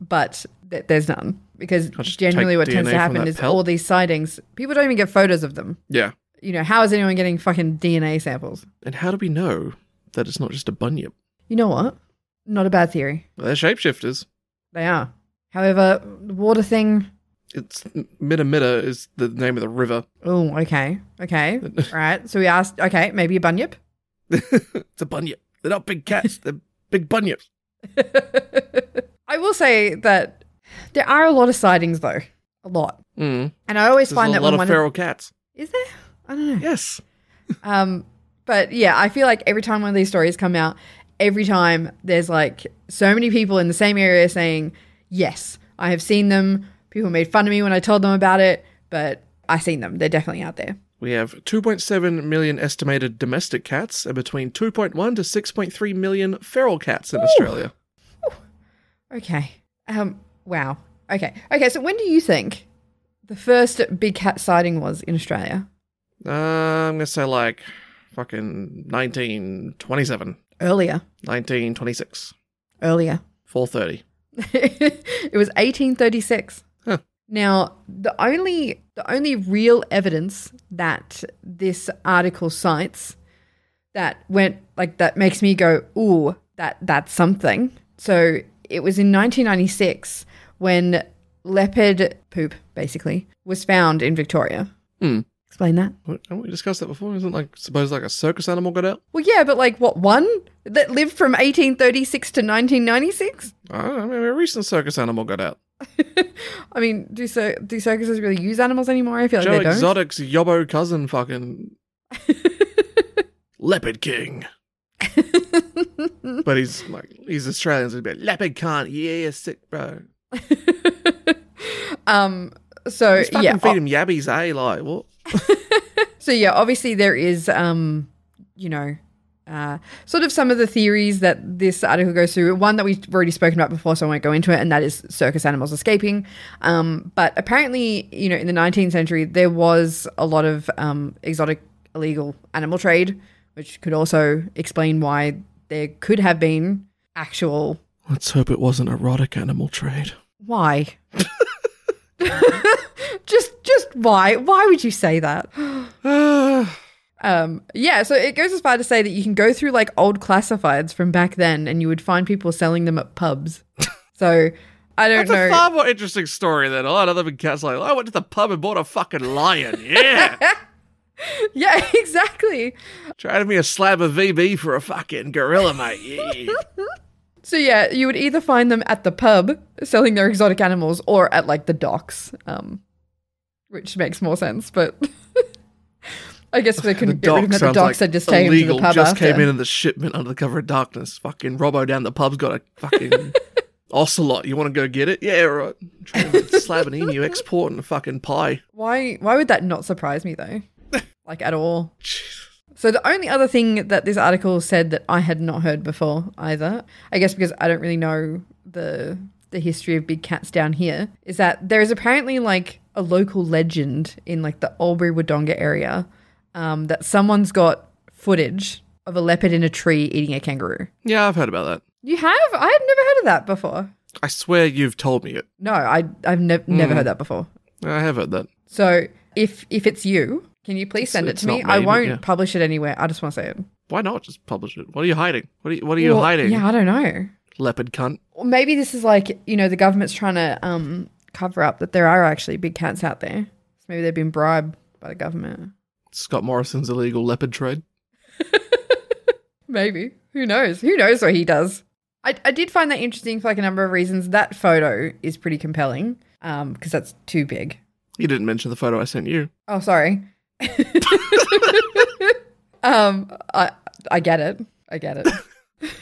[SPEAKER 2] but th- there's none because
[SPEAKER 1] I'll just
[SPEAKER 2] generally
[SPEAKER 1] take
[SPEAKER 2] what tends
[SPEAKER 1] DNA
[SPEAKER 2] to
[SPEAKER 1] from
[SPEAKER 2] happen
[SPEAKER 1] that
[SPEAKER 2] is
[SPEAKER 1] pelt.
[SPEAKER 2] all these sightings, people don't even get photos of them.
[SPEAKER 1] Yeah.
[SPEAKER 2] You know, how is anyone getting fucking DNA samples?
[SPEAKER 1] And how do we know that it's not just a bunyip?
[SPEAKER 2] You know what? Not a bad theory.
[SPEAKER 1] Well, they're shapeshifters.
[SPEAKER 2] They are. However, the water thing.
[SPEAKER 1] It's Mitta Mitta is the name of the river.
[SPEAKER 2] Oh, okay. Okay. right. So we asked, okay, maybe a bunyip.
[SPEAKER 1] it's a bunyip. They're not big cats. They're big bunyips.
[SPEAKER 2] I will say that there are a lot of sightings, though. A lot.
[SPEAKER 1] Mm.
[SPEAKER 2] And I always
[SPEAKER 1] There's
[SPEAKER 2] find
[SPEAKER 1] a
[SPEAKER 2] that
[SPEAKER 1] lot
[SPEAKER 2] when
[SPEAKER 1] of
[SPEAKER 2] one
[SPEAKER 1] feral cats.
[SPEAKER 2] Is there? I don't know.
[SPEAKER 1] Yes.
[SPEAKER 2] Um, but yeah, I feel like every time one of these stories come out, every time there's like so many people in the same area saying, "Yes, I have seen them." People made fun of me when I told them about it, but I seen them. They're definitely out there.
[SPEAKER 1] We have 2.7 million estimated domestic cats and between 2.1 to 6.3 million feral cats in Australia.
[SPEAKER 2] Okay. Um. Wow. Okay. Okay. So when do you think the first big cat sighting was in Australia?
[SPEAKER 1] Uh, I'm going to say like fucking 1927,
[SPEAKER 2] Earlier.
[SPEAKER 1] 1926,
[SPEAKER 2] Earlier.
[SPEAKER 1] 430.
[SPEAKER 2] it was 1836.
[SPEAKER 1] Huh.
[SPEAKER 2] Now, the only the only real evidence that this article cites that went like that makes me go, "Ooh, that that's something." So, it was in 1996 when leopard poop basically was found in Victoria.
[SPEAKER 1] Hmm.
[SPEAKER 2] Explain that.
[SPEAKER 1] What- Haven't we discussed that before? Isn't like suppose like a circus animal got out?
[SPEAKER 2] Well, yeah, but like what one that lived from 1836 to 1996?
[SPEAKER 1] I don't know, maybe a recent circus animal got out.
[SPEAKER 2] I mean, do cir- do circuses really use animals anymore? I feel like
[SPEAKER 1] Joe
[SPEAKER 2] they don't.
[SPEAKER 1] Exotic's yobbo cousin fucking Leopard King. But he's like, he's Australian, so he'd be like, Leopard can't. Yeah, yeah, sick, bro.
[SPEAKER 2] um. So
[SPEAKER 1] Just fucking
[SPEAKER 2] yeah.
[SPEAKER 1] feed him yabbies, eh? Like, what?
[SPEAKER 2] So yeah, obviously there is, um, you know, uh, sort of some of the theories that this article goes through. One that we've already spoken about before, so I won't go into it, and that is circus animals escaping. Um, but apparently, you know, in the 19th century, there was a lot of um, exotic illegal animal trade, which could also explain why there could have been actual
[SPEAKER 1] Let's hope it wasn't erotic animal trade.
[SPEAKER 2] why. just, just why? Why would you say that?
[SPEAKER 1] Ah,
[SPEAKER 2] Um, yeah, so it goes as far to say that you can go through like old classifieds from back then and you would find people selling them at pubs. so I don't
[SPEAKER 1] That's a
[SPEAKER 2] know.
[SPEAKER 1] far more interesting story than a lot of them cats like, I went to the pub and bought a fucking lion. Yeah.
[SPEAKER 2] yeah, exactly.
[SPEAKER 1] Traded me a slab of VB for a fucking gorilla, mate. Yeah.
[SPEAKER 2] So yeah, you would either find them at the pub selling their exotic animals or at like the docks, um, which makes more sense. But I guess if they couldn't get rid of them at the
[SPEAKER 1] sounds
[SPEAKER 2] docks, they'd just take them
[SPEAKER 1] illegal.
[SPEAKER 2] to the pub
[SPEAKER 1] just
[SPEAKER 2] after.
[SPEAKER 1] came in in the shipment under the cover of darkness. Fucking Robbo down the pub's got a fucking ocelot. You want to go get it? Yeah, right. Try and slab an emu export and a fucking pie.
[SPEAKER 2] Why? Why would that not surprise me though? like at all?
[SPEAKER 1] Jesus.
[SPEAKER 2] So the only other thing that this article said that I had not heard before either, I guess because I don't really know the the history of big cats down here, is that there is apparently like a local legend in like the Albury Wodonga area um, that someone's got footage of a leopard in a tree eating a kangaroo.
[SPEAKER 1] Yeah, I've heard about that.
[SPEAKER 2] You have? I had never heard of that before.
[SPEAKER 1] I swear you've told me it.
[SPEAKER 2] No, I I've nev- never heard that before.
[SPEAKER 1] I have heard that.
[SPEAKER 2] So if if it's you, can you please send it
[SPEAKER 1] it's
[SPEAKER 2] to me?
[SPEAKER 1] not me,
[SPEAKER 2] I
[SPEAKER 1] but
[SPEAKER 2] won't
[SPEAKER 1] yeah.
[SPEAKER 2] publish it anywhere. I just want to say it.
[SPEAKER 1] Why not just publish it? What are you hiding? What are you, what are you
[SPEAKER 2] Well,
[SPEAKER 1] hiding,
[SPEAKER 2] Yeah, I don't know.
[SPEAKER 1] leopard cunt?
[SPEAKER 2] Or maybe this is like you know the government's trying to um, cover up that there are actually big cats out there. So maybe they've been bribed by the government.
[SPEAKER 1] Scott Morrison's illegal leopard trade.
[SPEAKER 2] Maybe who knows? Who knows what he does? I, I did find that interesting for like a number of reasons. That photo is pretty compelling because that's too big.
[SPEAKER 1] You didn't mention the photo I sent you.
[SPEAKER 2] Oh, sorry. um, I I get it. I get it.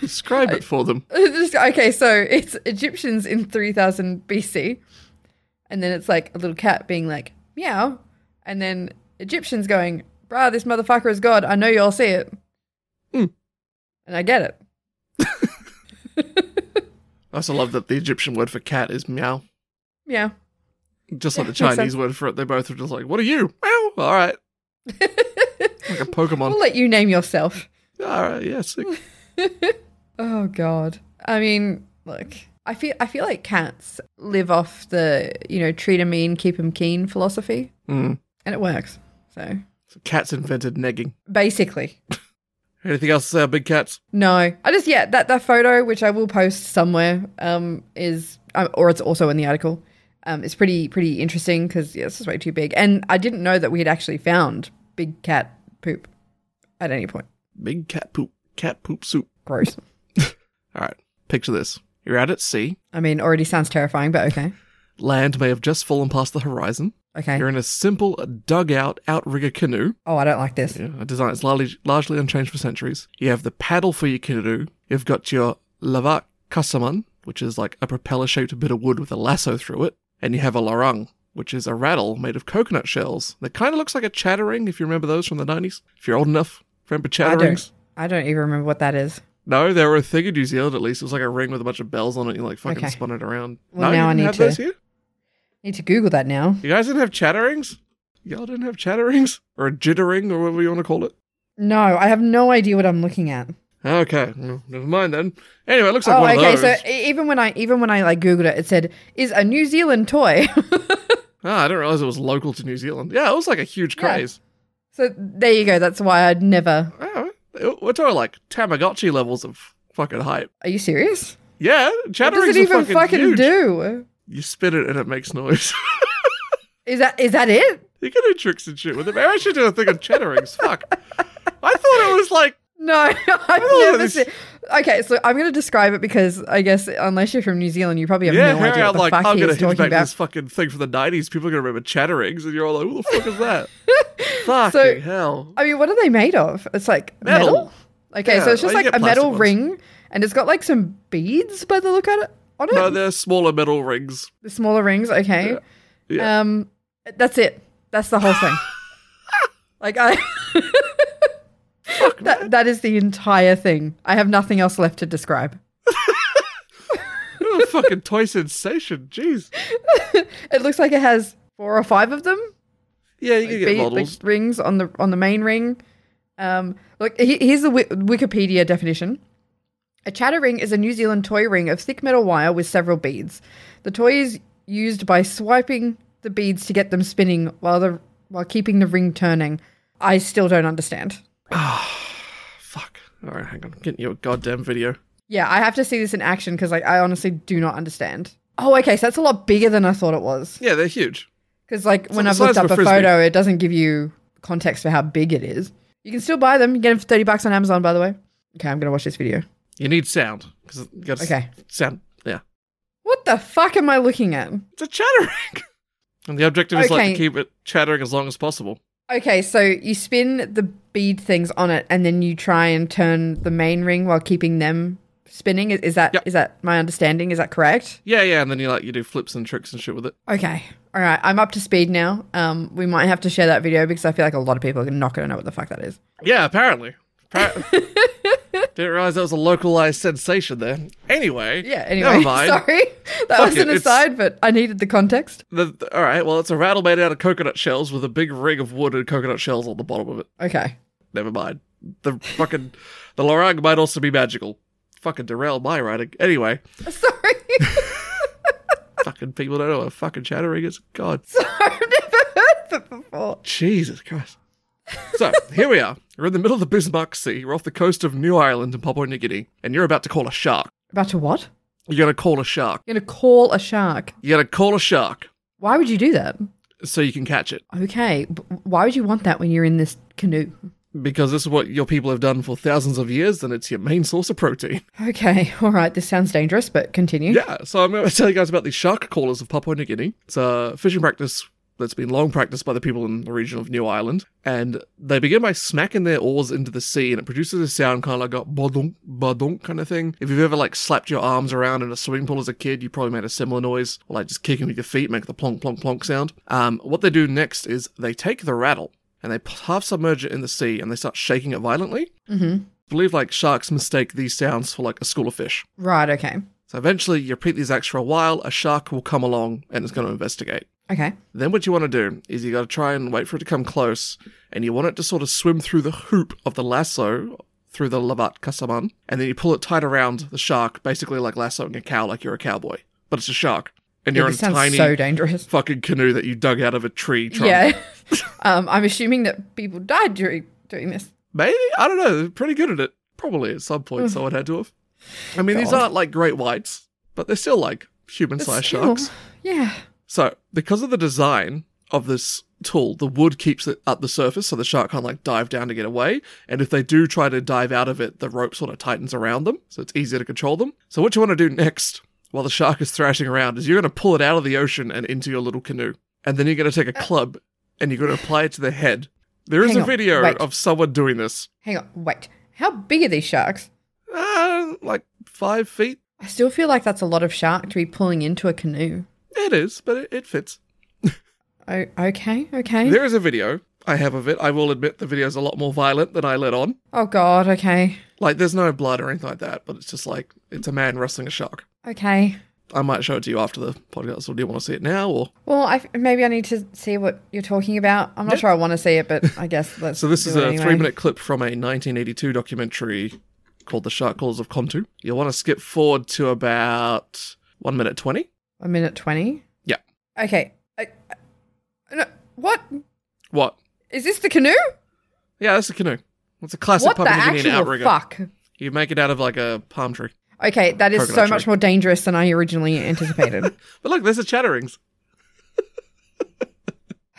[SPEAKER 1] Describe it for them.
[SPEAKER 2] Just- okay, so it's Egyptians in 3000 BC. And then it's like a little cat being like, meow. And then Egyptians going, bruh, this motherfucker is God. I know you all see it.
[SPEAKER 1] Hmm.
[SPEAKER 2] And I get it.
[SPEAKER 1] I also love that the Egyptian word for cat is meow.
[SPEAKER 2] Meow.
[SPEAKER 1] Just like the
[SPEAKER 2] Yeah, makes
[SPEAKER 1] Chinese word for it, they both are just like, what are you? Meow. All right. like a Pokemon.
[SPEAKER 2] We'll let you name yourself.
[SPEAKER 1] All right, yeah, sick.
[SPEAKER 2] Oh God. I mean, look, I feel I feel like cats live off the, you know, treat 'em mean, keep 'em keen philosophy.
[SPEAKER 1] Mm.
[SPEAKER 2] And it works. So
[SPEAKER 1] So cats invented negging.
[SPEAKER 2] basically.
[SPEAKER 1] Anything else to say about big cats?
[SPEAKER 2] No, I just yeah that that photo which I will post somewhere um is um, or it's also in the article. Um, it's pretty pretty interesting because yeah, this is way too big, and I didn't know that we had actually found big cat poop at any point.
[SPEAKER 1] Big cat poop. Cat poop soup.
[SPEAKER 2] Gross.
[SPEAKER 1] All right, picture this. You're out at sea.
[SPEAKER 2] I mean, already sounds terrifying, but okay,
[SPEAKER 1] Land may have just fallen past the horizon.
[SPEAKER 2] okay.
[SPEAKER 1] You're in a simple dugout outrigger canoe.
[SPEAKER 2] Oh, I don't like this.
[SPEAKER 1] Yeah, a design that's largely, largely unchanged for centuries. You have the paddle for your canoe. You've got your lavak kasaman, which is like a propeller shaped bit of wood with a lasso through it. And you have a larang, which is a rattle made of coconut shells that kind of looks like a chattering, if you remember those from the 90s. If you're old enough, remember
[SPEAKER 2] I
[SPEAKER 1] chatterings?
[SPEAKER 2] don't. I don't even remember what that is.
[SPEAKER 1] No, they were a thing in New Zealand at least. It was like a ring with a bunch of bells on it. You like fucking
[SPEAKER 2] Okay.
[SPEAKER 1] spun it around.
[SPEAKER 2] Well,
[SPEAKER 1] no,
[SPEAKER 2] now
[SPEAKER 1] you
[SPEAKER 2] I
[SPEAKER 1] didn't
[SPEAKER 2] need
[SPEAKER 1] have
[SPEAKER 2] to-
[SPEAKER 1] those here?
[SPEAKER 2] Need to Google that now.
[SPEAKER 1] You guys didn't have chatterings? Y'all didn't have chatterings? Or a jittering or whatever you want to call it?
[SPEAKER 2] No, I have no idea what I'm looking at.
[SPEAKER 1] Okay, well, never mind then. Anyway, it looks like
[SPEAKER 2] Oh,
[SPEAKER 1] one
[SPEAKER 2] okay.
[SPEAKER 1] of
[SPEAKER 2] So
[SPEAKER 1] those.
[SPEAKER 2] e- even when I even when I like Googled it, it said is a New Zealand toy.
[SPEAKER 1] Ah, I didn't realize it was local to New Zealand. Yeah, it was like a huge
[SPEAKER 2] Yeah.
[SPEAKER 1] craze.
[SPEAKER 2] So there you go. That's why I'd never.
[SPEAKER 1] Oh, it- we're talking like Tamagotchi levels of fucking hype.
[SPEAKER 2] Are you serious?
[SPEAKER 1] Yeah,
[SPEAKER 2] What
[SPEAKER 1] chatterings
[SPEAKER 2] does it
[SPEAKER 1] are
[SPEAKER 2] even
[SPEAKER 1] fucking,
[SPEAKER 2] fucking,
[SPEAKER 1] huge.
[SPEAKER 2] do?
[SPEAKER 1] You spin it and it makes noise.
[SPEAKER 2] Is that is that it?
[SPEAKER 1] you can do tricks and shit with it. Maybe I should do a thing on chatterings. Fuck. I thought it was like
[SPEAKER 2] No, I've
[SPEAKER 1] Oh,
[SPEAKER 2] never
[SPEAKER 1] this-
[SPEAKER 2] seen. Okay, so I'm going to describe it because I guess unless you're from New Zealand, you probably have
[SPEAKER 1] yeah,
[SPEAKER 2] no
[SPEAKER 1] Harry,
[SPEAKER 2] idea what
[SPEAKER 1] I'm
[SPEAKER 2] the
[SPEAKER 1] like,
[SPEAKER 2] fuck
[SPEAKER 1] I'm
[SPEAKER 2] he
[SPEAKER 1] gonna
[SPEAKER 2] is
[SPEAKER 1] hinge
[SPEAKER 2] talking
[SPEAKER 1] back to
[SPEAKER 2] about.
[SPEAKER 1] this fucking thing from the '90s. People are gonna remember chatterings, and you're all like, "Who the fuck is that?" Fucking
[SPEAKER 2] So-
[SPEAKER 1] hell.
[SPEAKER 2] I mean, what are they made of? It's like metal.
[SPEAKER 1] Metal.
[SPEAKER 2] Okay,
[SPEAKER 1] Yeah,
[SPEAKER 2] so it's just
[SPEAKER 1] oh, you
[SPEAKER 2] like
[SPEAKER 1] get
[SPEAKER 2] a
[SPEAKER 1] plastic
[SPEAKER 2] metal
[SPEAKER 1] ones.
[SPEAKER 2] ring, and it's got like some beads by the look at it on it.
[SPEAKER 1] No, they're smaller metal rings.
[SPEAKER 2] the smaller rings. Okay.
[SPEAKER 1] Yeah.
[SPEAKER 2] Um, that's it. That's the whole thing. like I. that, that is the entire thing. I have nothing else left to describe.
[SPEAKER 1] Oh, fucking toy sensation. Jeez.
[SPEAKER 2] It looks like it has four or five of them.
[SPEAKER 1] Yeah, you can get
[SPEAKER 2] Be- like,
[SPEAKER 1] models.
[SPEAKER 2] rings on the on the main ring. Um, look, he- here's the wi- Wikipedia definition. A chatter ring is a New Zealand toy ring of thick metal wire with several beads. The toy is used by swiping the beads to get them spinning while the while keeping the ring turning. I still don't understand.
[SPEAKER 1] Fuck. All right, hang on. I'm getting you a goddamn video.
[SPEAKER 2] Yeah, I have to see this in action because like I honestly do not understand. Oh, okay, so that's a lot bigger than I thought it was.
[SPEAKER 1] Yeah, they're huge.
[SPEAKER 2] Because like when
[SPEAKER 1] the
[SPEAKER 2] I've looked
[SPEAKER 1] size of
[SPEAKER 2] up
[SPEAKER 1] a
[SPEAKER 2] a
[SPEAKER 1] Frisbee.
[SPEAKER 2] photo, it doesn't give you context for how big it is. You can still buy them. You get them for thirty bucks on Amazon, by the way. Okay, I'm gonna watch this video.
[SPEAKER 1] You need sound. Cause you gotta okay.
[SPEAKER 2] Okay.
[SPEAKER 1] Sound. Yeah.
[SPEAKER 2] What the fuck am I looking at?
[SPEAKER 1] It's a chattering. And the objective is like
[SPEAKER 2] Okay.
[SPEAKER 1] to keep it chattering as long as possible.
[SPEAKER 2] Okay, so you spin the bead things on it, and then you try and turn the main ring while keeping them spinning. Is, is that is
[SPEAKER 1] Yep.
[SPEAKER 2] that my understanding? Is that correct?
[SPEAKER 1] Yeah, yeah, and then you like you do flips and tricks and shit with it.
[SPEAKER 2] Okay, all right. I'm up to speed now. Um, we might have to share that video because I feel like a lot of people are not gonna know what the fuck that is.
[SPEAKER 1] Yeah, apparently. Appar- Didn't realize that was a localized sensation there. Anyway.
[SPEAKER 2] Yeah. Anyway,
[SPEAKER 1] Never mind.
[SPEAKER 2] sorry. That was
[SPEAKER 1] it,
[SPEAKER 2] an
[SPEAKER 1] it's-
[SPEAKER 2] aside, but I needed the context.
[SPEAKER 1] The, the- all right. Well, it's a rattle made out of coconut shells with a big ring of wood and coconut shells on the bottom of it.
[SPEAKER 2] Okay.
[SPEAKER 1] Never mind. The fucking the lorang might also be magical. Fucking derailed my writing. Anyway,
[SPEAKER 2] Sorry.
[SPEAKER 1] fucking people don't know what a fucking chattering is. God,
[SPEAKER 2] I've never heard that before.
[SPEAKER 1] Jesus Christ. So here we are. We're in the middle of the Bismarck Sea. We're off the coast of New Ireland in Papua New Guinea, and you're about to call a shark.
[SPEAKER 2] About to what?
[SPEAKER 1] You're gonna call a shark.
[SPEAKER 2] You're gonna call a shark.
[SPEAKER 1] You're gonna call a shark
[SPEAKER 2] Why would you do that?
[SPEAKER 1] so you can catch it,
[SPEAKER 2] Okay, but why would you want that when you're in this canoe?
[SPEAKER 1] because this is what your people have done for thousands of years, and it's your main source of protein.
[SPEAKER 2] Okay, all right, this sounds dangerous, but continue.
[SPEAKER 1] Yeah, so I'm going to tell you guys about the shark callers of Papua New Guinea. It's a fishing practice that's been long practiced by the people in the region of New Ireland. And they begin by smacking their oars into the sea, and it produces a sound kind of like a badunk, badunk kind of thing. If you've ever like slapped your arms around in a swimming pool as a kid, you probably made a similar noise, or like just kicking with your feet, make the plonk, plonk, plonk sound. Um, what they do next is they take the rattle and they half submerge it in the sea and they start shaking it violently.
[SPEAKER 2] hmm
[SPEAKER 1] I believe like sharks mistake these sounds for like a school of fish.
[SPEAKER 2] Right, okay.
[SPEAKER 1] So eventually, you repeat these acts for a while, a shark will come along and it's going to investigate.
[SPEAKER 2] Okay.
[SPEAKER 1] Then, what you want to do is you got to try and wait for it to come close, and you want it to sort of swim through the hoop of the lasso through the Lavat Kasaman, and then you pull it tight around the shark, basically like lassoing a cow, like you're a cowboy. But it's a shark, and
[SPEAKER 2] Yeah,
[SPEAKER 1] you're in
[SPEAKER 2] this
[SPEAKER 1] a
[SPEAKER 2] sounds
[SPEAKER 1] tiny
[SPEAKER 2] so dangerous.
[SPEAKER 1] fucking canoe that you dug out of a tree trunk.
[SPEAKER 2] Yeah. um, I'm assuming that people died during doing this.
[SPEAKER 1] Maybe? I don't know. They're pretty good at it. Probably at some point, someone had to have. I mean, these
[SPEAKER 2] God.
[SPEAKER 1] aren't like great whites, but they're still like human
[SPEAKER 2] But
[SPEAKER 1] sized
[SPEAKER 2] still,
[SPEAKER 1] sharks.
[SPEAKER 2] Yeah.
[SPEAKER 1] So, because of the design of this tool, the wood keeps it at the surface so the shark can't like dive down to get away. And if they do try to dive out of it, the rope sort of tightens around them, so it's easier to control them. So, what you want to do next while the shark is thrashing around is you're going to pull it out of the ocean and into your little canoe. And then you're going to take a club and you're going to apply it to the head. There is
[SPEAKER 2] Uh, Hang
[SPEAKER 1] a
[SPEAKER 2] on,
[SPEAKER 1] video
[SPEAKER 2] wait.
[SPEAKER 1] of someone doing this.
[SPEAKER 2] Hang on, wait. How big are these sharks?
[SPEAKER 1] Uh, like five feet.
[SPEAKER 2] I still feel like that's a lot of shark to be pulling into a canoe.
[SPEAKER 1] It is, but it, it fits.
[SPEAKER 2] Oh, okay, okay.
[SPEAKER 1] There is a video. I have of it. I will admit the video is a lot more violent than I let on.
[SPEAKER 2] oh god, okay.
[SPEAKER 1] Like, there's no blood or anything like that, but it's just like it's a man wrestling a shark.
[SPEAKER 2] Okay. I
[SPEAKER 1] I might show it to you after the podcast, or do you want to see it now? Or
[SPEAKER 2] Well, I, maybe I need to see what you're talking about. I'm not sure I want to see it, but I guess let's.
[SPEAKER 1] so this
[SPEAKER 2] do
[SPEAKER 1] is
[SPEAKER 2] it
[SPEAKER 1] a
[SPEAKER 2] anyway.
[SPEAKER 1] three-minute clip from a 1982 documentary called "The Shark Calls of Kontu." You'll want to skip forward to about one minute twenty.
[SPEAKER 2] A minute twenty.
[SPEAKER 1] Yeah.
[SPEAKER 2] Okay. I, I, no, what
[SPEAKER 1] What?
[SPEAKER 2] is this? The canoe?
[SPEAKER 1] Yeah, that's a canoe. It's a classic
[SPEAKER 2] what the
[SPEAKER 1] Papua New Guinea
[SPEAKER 2] actual
[SPEAKER 1] outrigger.
[SPEAKER 2] fuck?
[SPEAKER 1] You make it out of like a palm tree.
[SPEAKER 2] Okay, that is so
[SPEAKER 1] Coconut
[SPEAKER 2] much
[SPEAKER 1] tree.
[SPEAKER 2] more dangerous than I originally anticipated.
[SPEAKER 1] But look, there's the chatterings.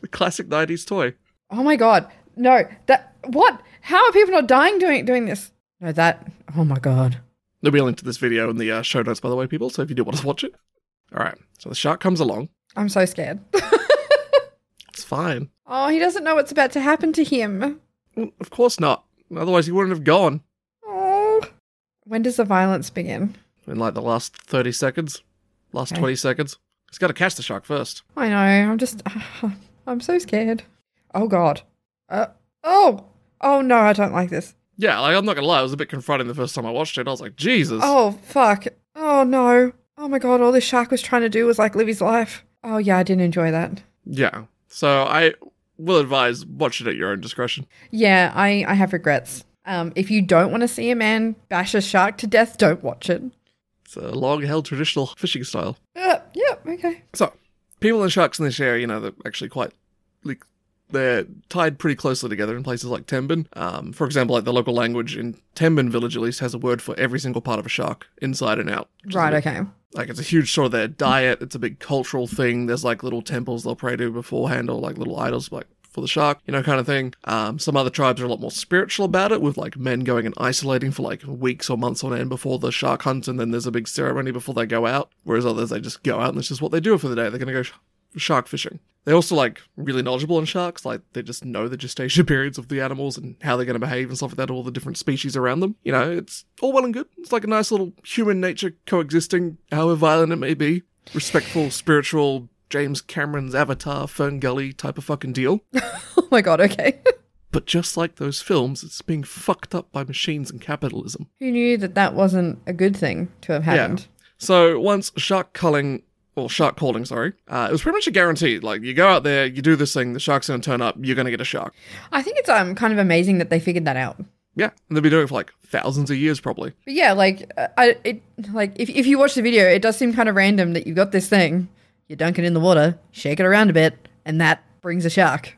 [SPEAKER 1] the classic 90s toy.
[SPEAKER 2] oh my god! No, that what? How are people not dying doing doing this? No, that. Oh my god.
[SPEAKER 1] There'll be a link to this video in the uh, show notes, by the way, people. So if you do want to watch it, all right. So the shark comes along.
[SPEAKER 2] I'm so scared.
[SPEAKER 1] It's fine.
[SPEAKER 2] Oh, he doesn't know what's about to happen to him.
[SPEAKER 1] Well, of course not. Otherwise, he wouldn't have gone
[SPEAKER 2] Oh. When does the violence begin?
[SPEAKER 1] in like the last 30 seconds, last
[SPEAKER 2] Okay.
[SPEAKER 1] 20 seconds. He's got to catch the shark first.
[SPEAKER 2] I know. I'm just. I'm so scared. Oh God. Uh, oh. Oh no, I don't like this.
[SPEAKER 1] Yeah, like, I'm not gonna lie, it was a bit confronting the first time I watched it. I was like, Jesus.
[SPEAKER 2] Oh fuck. Oh no. Oh my God. All this shark was trying to do was like live his life. Oh yeah, I didn't enjoy that.
[SPEAKER 1] Yeah. So I will advise watch it at your own discretion.
[SPEAKER 2] Yeah, I I have regrets. Um, if you don't want to see a man bash a shark to death, don't watch it.
[SPEAKER 1] It's a long held traditional fishing style.
[SPEAKER 2] Uh, yep. Okay.
[SPEAKER 1] So, people and sharks in this area, you know, they're actually quite, like, they're tied pretty closely together in places like Tembin. Um, for example, like the local language in Tembin village at least has a word for every single part of a shark, inside and out. which is a
[SPEAKER 2] Right.
[SPEAKER 1] bit-
[SPEAKER 2] Okay.
[SPEAKER 1] Like it's a huge sort of their diet. It's a big cultural thing. There's like little temples they'll pray to beforehand, or like little idols like for the shark, you know, kind of thing. Um, some other tribes are a lot more spiritual about it, with like men going and isolating for like weeks or months on end before the shark hunt, and then there's a big ceremony before they go out. Whereas others they just go out and it's just what they do for the day. They're gonna go sh- shark fishing. They're also like really knowledgeable on sharks. Like they just know the gestation periods of the animals and how they're going to behave and stuff like that. All the different species around them. You know, it's all well and good. It's like a nice little human nature coexisting, however violent it may be. Respectful, spiritual, James Cameron's Avatar, Fern Gully type of fucking deal.
[SPEAKER 2] Oh my God. Okay.
[SPEAKER 1] But just like those films, it's being fucked up by machines and capitalism.
[SPEAKER 2] Who knew that that wasn't a good thing to have happened?
[SPEAKER 1] So once shark culling, or shark calling, sorry, uh, it was pretty much a guarantee. Like you go out there, you do this thing, the shark's going to turn up, you're going to get a shark.
[SPEAKER 2] I think it's um kind of amazing that they figured that out.
[SPEAKER 1] Yeah, and they've been doing it for like thousands of years, probably.
[SPEAKER 2] But yeah, like uh, I it like if if you watch the video, it does seem kind of random that you've got this thing, you dunk it in the water, shake it around a bit, and that brings a shark.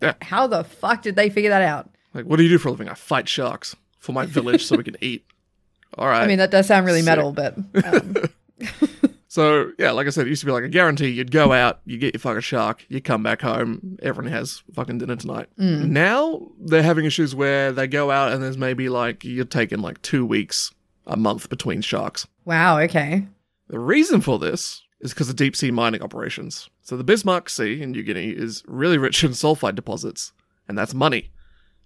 [SPEAKER 1] Yeah.
[SPEAKER 2] How the fuck did they figure that out?
[SPEAKER 1] Like, what do you do for a living? I fight sharks for my village so we can eat. All right.
[SPEAKER 2] I mean, that does sound really metal, but um,
[SPEAKER 1] so, yeah, like I said, it used to be like a guarantee you'd go out, you get your fucking shark, you come back home, everyone has fucking dinner tonight.
[SPEAKER 2] Mm.
[SPEAKER 1] Now they're having issues where they go out and there's maybe like you're taking like two weeks, a month between sharks.
[SPEAKER 2] wow, okay.
[SPEAKER 1] The reason for this is because of deep sea mining operations. So the Bismarck Sea in New Guinea is really rich in sulfide deposits, and that's money.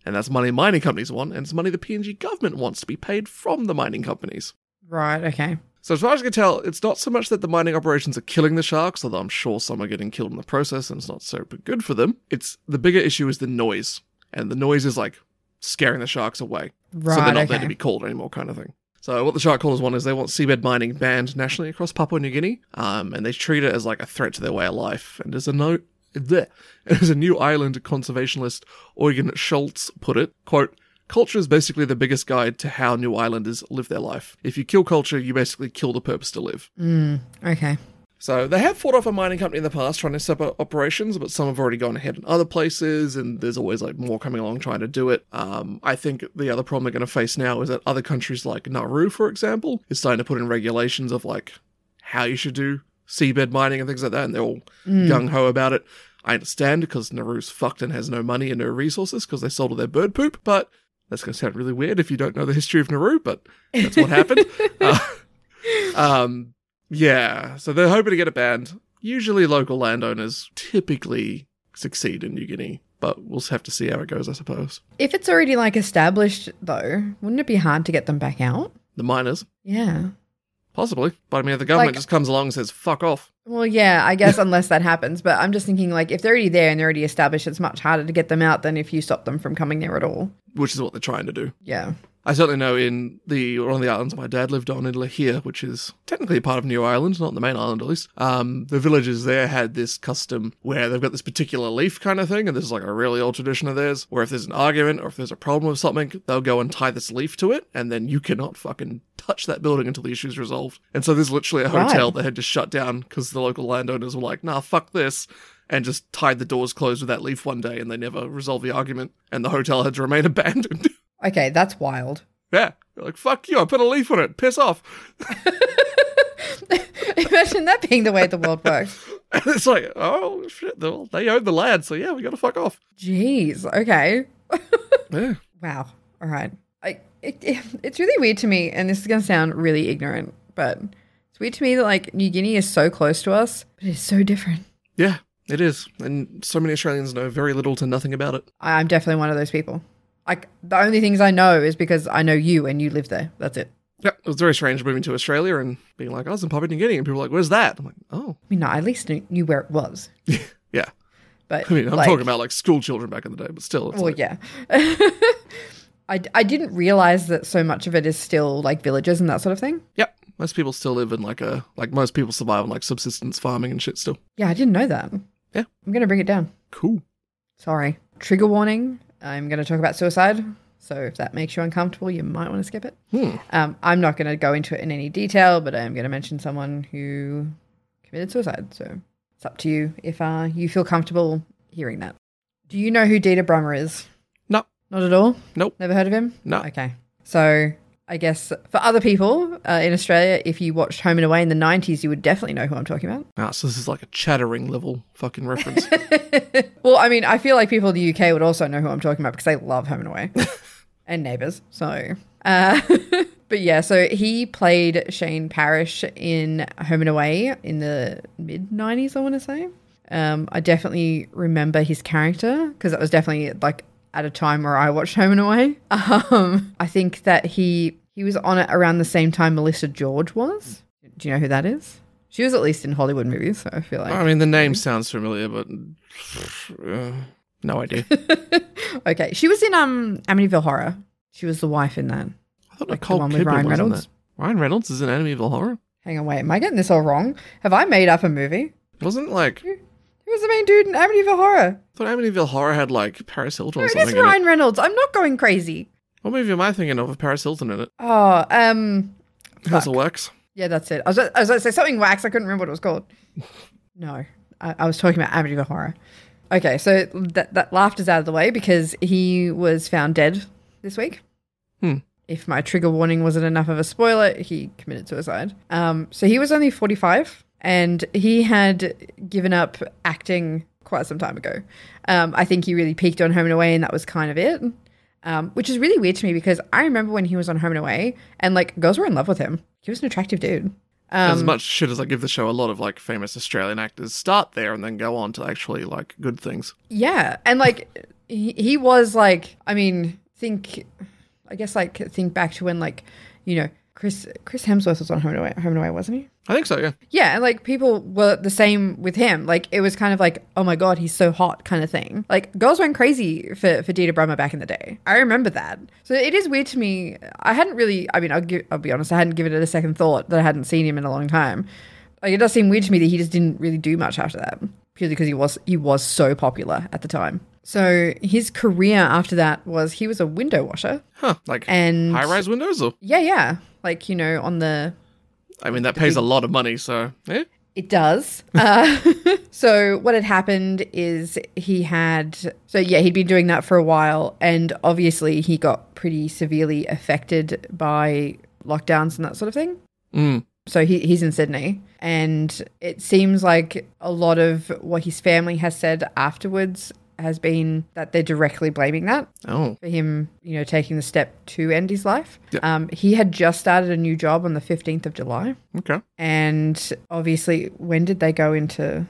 [SPEAKER 1] And that's money mining companies want, and it's money the PNG government wants to be paid from the mining companies.
[SPEAKER 2] Right, okay.
[SPEAKER 1] So as far as I can tell, it's not so much that the mining operations are killing the sharks, although I'm sure some are getting killed in the process and it's not so good for them. It's the bigger issue is the noise. And the noise is like scaring the sharks away
[SPEAKER 2] Right,
[SPEAKER 1] so they're not there
[SPEAKER 2] okay.
[SPEAKER 1] to be called anymore, kind of thing. So what the shark callers want is they want seabed mining banned nationally across Papua New Guinea, um, and they treat it as like a threat to their way of life. And as a no, bleh. as a New Island conservationist Eugen Schultz put it, quote. Culture is basically the biggest guide to how New Islanders live their life. If you kill culture, you basically kill the purpose to live.
[SPEAKER 2] Mm, okay.
[SPEAKER 1] So they have fought off a mining company in the past trying to set up operations, but some have already gone ahead in other places, and there's always like more coming along trying to do it. Um, I think the other problem they're going to face now is that other countries like Nauru, for example, is starting to put in regulations of like how you should do seabed mining and things like that, and they're all gung ho about it. I understand because Nauru's fucked and has no money and no resources because they sold all their bird poop, but that's going to sound really weird if you don't know the history of Nauru, but that's what happened. Uh, um, yeah, so they're hoping to get it banned. Usually, local landowners typically succeed in New Guinea, but we'll have to see how it goes, I suppose.
[SPEAKER 2] If it's already like established though, wouldn't it be hard to get them back out?
[SPEAKER 1] The miners,
[SPEAKER 2] Yeah.
[SPEAKER 1] possibly, but I mean, if the government
[SPEAKER 2] Like-
[SPEAKER 1] just comes along and says "fuck off,"
[SPEAKER 2] Well, yeah, I guess unless that happens. But I'm just thinking, like, if they're already there and they're already established, it's much harder to get them out than if you stop them from coming there at all.
[SPEAKER 1] which is what they're trying to do.
[SPEAKER 2] Yeah.
[SPEAKER 1] I certainly know in the one of the islands my dad lived on in Lahire, which is technically part of New Ireland, not the main island at least. Um, the villagers there had this custom where they've got this particular leaf kind of thing, and this is like a really old tradition of theirs. Where if there's an argument or if there's a problem with something, they'll go and tie this leaf to it, and then you cannot fucking touch that building until the issue's resolved. And so there's literally a
[SPEAKER 2] Right.
[SPEAKER 1] hotel they had to shut down because the local landowners were like, "Nah, fuck this." And just tied the doors closed with that leaf one day, and they never resolved the argument. And the hotel had to remain abandoned.
[SPEAKER 2] Okay, that's wild.
[SPEAKER 1] Yeah. You're like, fuck you, I put a leaf on it, piss off.
[SPEAKER 2] Imagine that being the way the world works.
[SPEAKER 1] And it's like, oh shit, they- well, they own the land, so yeah, we gotta fuck off.
[SPEAKER 2] Jeez. Okay.
[SPEAKER 1] Yeah.
[SPEAKER 2] Wow. All right. I, it, it, it's really weird to me, and this is going to sound really ignorant, but it's weird to me that like New Guinea is so close to us, but it's so different.
[SPEAKER 1] Yeah. It is, and so many Australians know very little to nothing about it.
[SPEAKER 2] I- I'm definitely one of those people. Like the only things I know is because I know you and you live there. That's it.
[SPEAKER 1] Yep, it was very strange moving to Australia and being like, I was in Papua New Guinea, and people were like, where's that? I'm like, oh.
[SPEAKER 2] I mean, no, I at least knew, knew where it was.
[SPEAKER 1] Yeah.
[SPEAKER 2] But
[SPEAKER 1] I mean, I'm
[SPEAKER 2] like,
[SPEAKER 1] talking about like school children back in the day, but still. It's
[SPEAKER 2] Well,
[SPEAKER 1] like,
[SPEAKER 2] yeah. I, I didn't realize that so much of it is still like villages and that sort of thing.
[SPEAKER 1] Yep. Most people still live in like a, like most people survive on like subsistence farming and shit still.
[SPEAKER 2] Yeah, I didn't know that.
[SPEAKER 1] Yeah.
[SPEAKER 2] I'm going to bring it down.
[SPEAKER 1] Cool.
[SPEAKER 2] Sorry. Trigger warning. I'm going to talk about suicide. So if that makes you uncomfortable, you might want to skip it.
[SPEAKER 1] Hmm.
[SPEAKER 2] Um, I'm not going to go into it in any detail, but I am going to mention someone who committed suicide. So it's up to you if uh, you feel comfortable hearing that. Do you know who Dieter Brummer is?
[SPEAKER 1] No.
[SPEAKER 2] Not at all?
[SPEAKER 1] Nope.
[SPEAKER 2] Never heard of him?
[SPEAKER 1] No.
[SPEAKER 2] Okay. So I guess for other people uh, in Australia, if you watched Home and Away in the 90s, you would definitely know who I'm talking about.
[SPEAKER 1] Ah, so this is like a chattering level fucking reference.
[SPEAKER 2] well, I mean, I feel like people in the UK would also know who I'm talking about because they love Home and Away and Neighbours. So, uh, but yeah, so he played Shane Parrish in Home and Away in the mid 90s, I want to say. Um, I definitely remember his character because that was definitely like at a time where I watched Home and Away. Um, I think that he he was on it around the same time Melissa George was. Do you know who that is? She was at least in Hollywood movies, so I feel like
[SPEAKER 1] I mean, the name sounds familiar, but uh, no idea.
[SPEAKER 2] okay, she was in um Amityville Horror. She was the wife in that.
[SPEAKER 1] I thought
[SPEAKER 2] Like the
[SPEAKER 1] Nicole
[SPEAKER 2] one with
[SPEAKER 1] Kidman
[SPEAKER 2] Ryan
[SPEAKER 1] was in
[SPEAKER 2] Reynolds?
[SPEAKER 1] that. Ryan Reynolds is in Amityville Horror.
[SPEAKER 2] Hang on, wait, am I getting this all wrong? Have I made up a movie?
[SPEAKER 1] Wasn't it like I
[SPEAKER 2] Who was the main dude in Amityville Horror?
[SPEAKER 1] thought Amityville Horror had like Paris Hilton
[SPEAKER 2] No,
[SPEAKER 1] or
[SPEAKER 2] it
[SPEAKER 1] something
[SPEAKER 2] is
[SPEAKER 1] in it.
[SPEAKER 2] Ryan Reynolds. I'm not going crazy.
[SPEAKER 1] What movie am I thinking of with Paris Hilton in it?
[SPEAKER 2] Oh, um,
[SPEAKER 1] Hazel Works.
[SPEAKER 2] yeah, that's it. I was, I was going to say something wax. I couldn't remember what it was called. No, I, I was talking about Amityville Horror. Okay, so that that laughter's out of the way because he was found dead this week.
[SPEAKER 1] Hmm.
[SPEAKER 2] If my trigger warning wasn't enough of a spoiler, he committed suicide. Um, so he was only 45, and he had given up acting quite some time ago. Um, I think he really peaked on Home and Away, and that was kind of it. Um, which is really weird to me because I remember when he was on Home and Away, and like girls were in love with him. He was an attractive dude. Um,
[SPEAKER 1] as much shit as I give the show, a lot of like famous Australian actors start there and then go on to actually like good things.
[SPEAKER 2] Yeah, and like he, he was like, I mean, think, I guess like think back to when like, you know, Chris Chris Hemsworth was on Home and Away, Home and Away, wasn't he?
[SPEAKER 1] I think so. Yeah.
[SPEAKER 2] Yeah, and like people were the same with him. Like it was kind of like, oh my god, he's so hot, kind of thing. Like girls went crazy for for Dita Brummer back in the day. I remember that. So it is weird to me. I hadn't really. I mean, I'll give, I'll be honest. I hadn't given it a second thought that I hadn't seen him in a long time. Like it does seem weird to me that he just didn't really do much after that, purely because he was he was so popular at the time. So his career after that was he was a window washer
[SPEAKER 1] Huh. Like
[SPEAKER 2] and
[SPEAKER 1] high rise windows. Or
[SPEAKER 2] yeah, yeah, like you know on the
[SPEAKER 1] I mean, that pays a lot of money. So eh?
[SPEAKER 2] It does. Uh, so what had happened is he had so yeah he'd been doing that for a while, and obviously he got pretty severely affected by lockdowns and that sort of thing.
[SPEAKER 1] Mm.
[SPEAKER 2] So he, he's in Sydney, and it seems like a lot of what his family has said afterwards has been that they're directly blaming that
[SPEAKER 1] Oh.
[SPEAKER 2] for him, you know, taking the step to end his life.
[SPEAKER 1] Yeah.
[SPEAKER 2] Um, he had just started a new job on the fifteenth of July.
[SPEAKER 1] Okay.
[SPEAKER 2] And obviously, when did they go into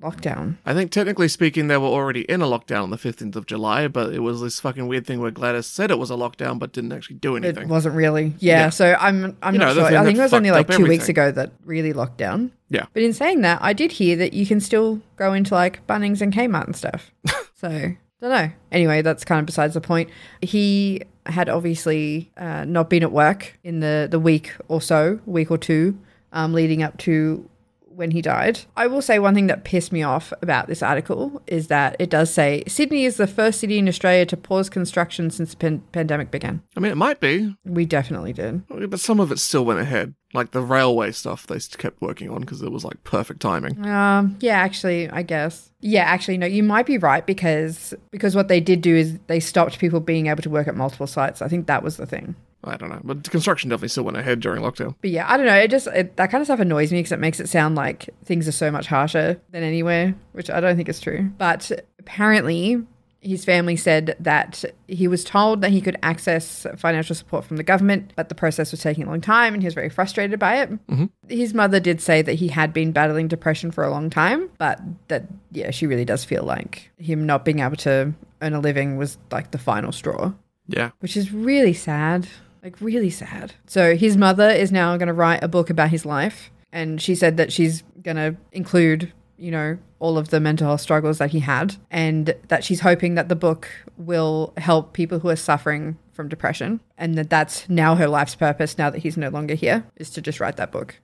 [SPEAKER 2] lockdown?
[SPEAKER 1] I think technically speaking, they were already in a lockdown on the 15th of July, but it was this fucking weird thing where Gladys said it was a lockdown but didn't actually do
[SPEAKER 2] It
[SPEAKER 1] anything.
[SPEAKER 2] wasn't really. Yeah,
[SPEAKER 1] Yeah.
[SPEAKER 2] so I'm I'm
[SPEAKER 1] You
[SPEAKER 2] not
[SPEAKER 1] know, the
[SPEAKER 2] sure.
[SPEAKER 1] thing
[SPEAKER 2] I think it
[SPEAKER 1] that
[SPEAKER 2] was only like
[SPEAKER 1] fucked up
[SPEAKER 2] two weeks
[SPEAKER 1] everything.
[SPEAKER 2] ago that really locked down.
[SPEAKER 1] Yeah.
[SPEAKER 2] But in saying that, I did hear that you can still go into like Bunnings and Kmart and stuff. so don't know. Anyway, that's kind of besides the point. He had obviously uh, not been at work in the the week or so, week or two, um, leading up to when he died. I will say one thing that pissed me off about this article is that it does say Sydney is the first city in Australia to pause construction since the pan- pandemic began.
[SPEAKER 1] I mean, it might be,
[SPEAKER 2] We definitely did.
[SPEAKER 1] but some of it still went ahead. Like the railway stuff they s- kept working on because it was like perfect timing.
[SPEAKER 2] Um, yeah, actually, I guess. Yeah, actually, no, you might be right because because what they did do is they stopped people being able to work at multiple sites. I think that was the thing.
[SPEAKER 1] I don't know. But construction definitely still went ahead during lockdown.
[SPEAKER 2] But yeah, I don't know. It just it, that kind of stuff annoys me because it makes it sound like things are so much harsher than anywhere, which I don't think is true. But apparently, His family said that he was told that he could access financial support from the government, but the process was taking a long time and he was very frustrated by it.
[SPEAKER 1] Mhm.
[SPEAKER 2] His mother did say that he had been battling depression for a long time, but that, yeah, she really does feel like him not being able to earn a living was like the final straw
[SPEAKER 1] Yeah.
[SPEAKER 2] which is really sad. Like, really sad. So, his mother is now going to write a book about his life. And she said that she's going to include, you know, all of the mental health struggles that he had. And that she's hoping that the book will help people who are suffering from depression. And that that's now her life's purpose now that he's no longer here is to just write that book.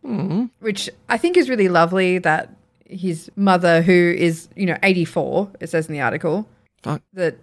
[SPEAKER 2] Which I think is really lovely that his mother, who is, you know, 84, it says in the article,
[SPEAKER 1] Fuck.
[SPEAKER 2] that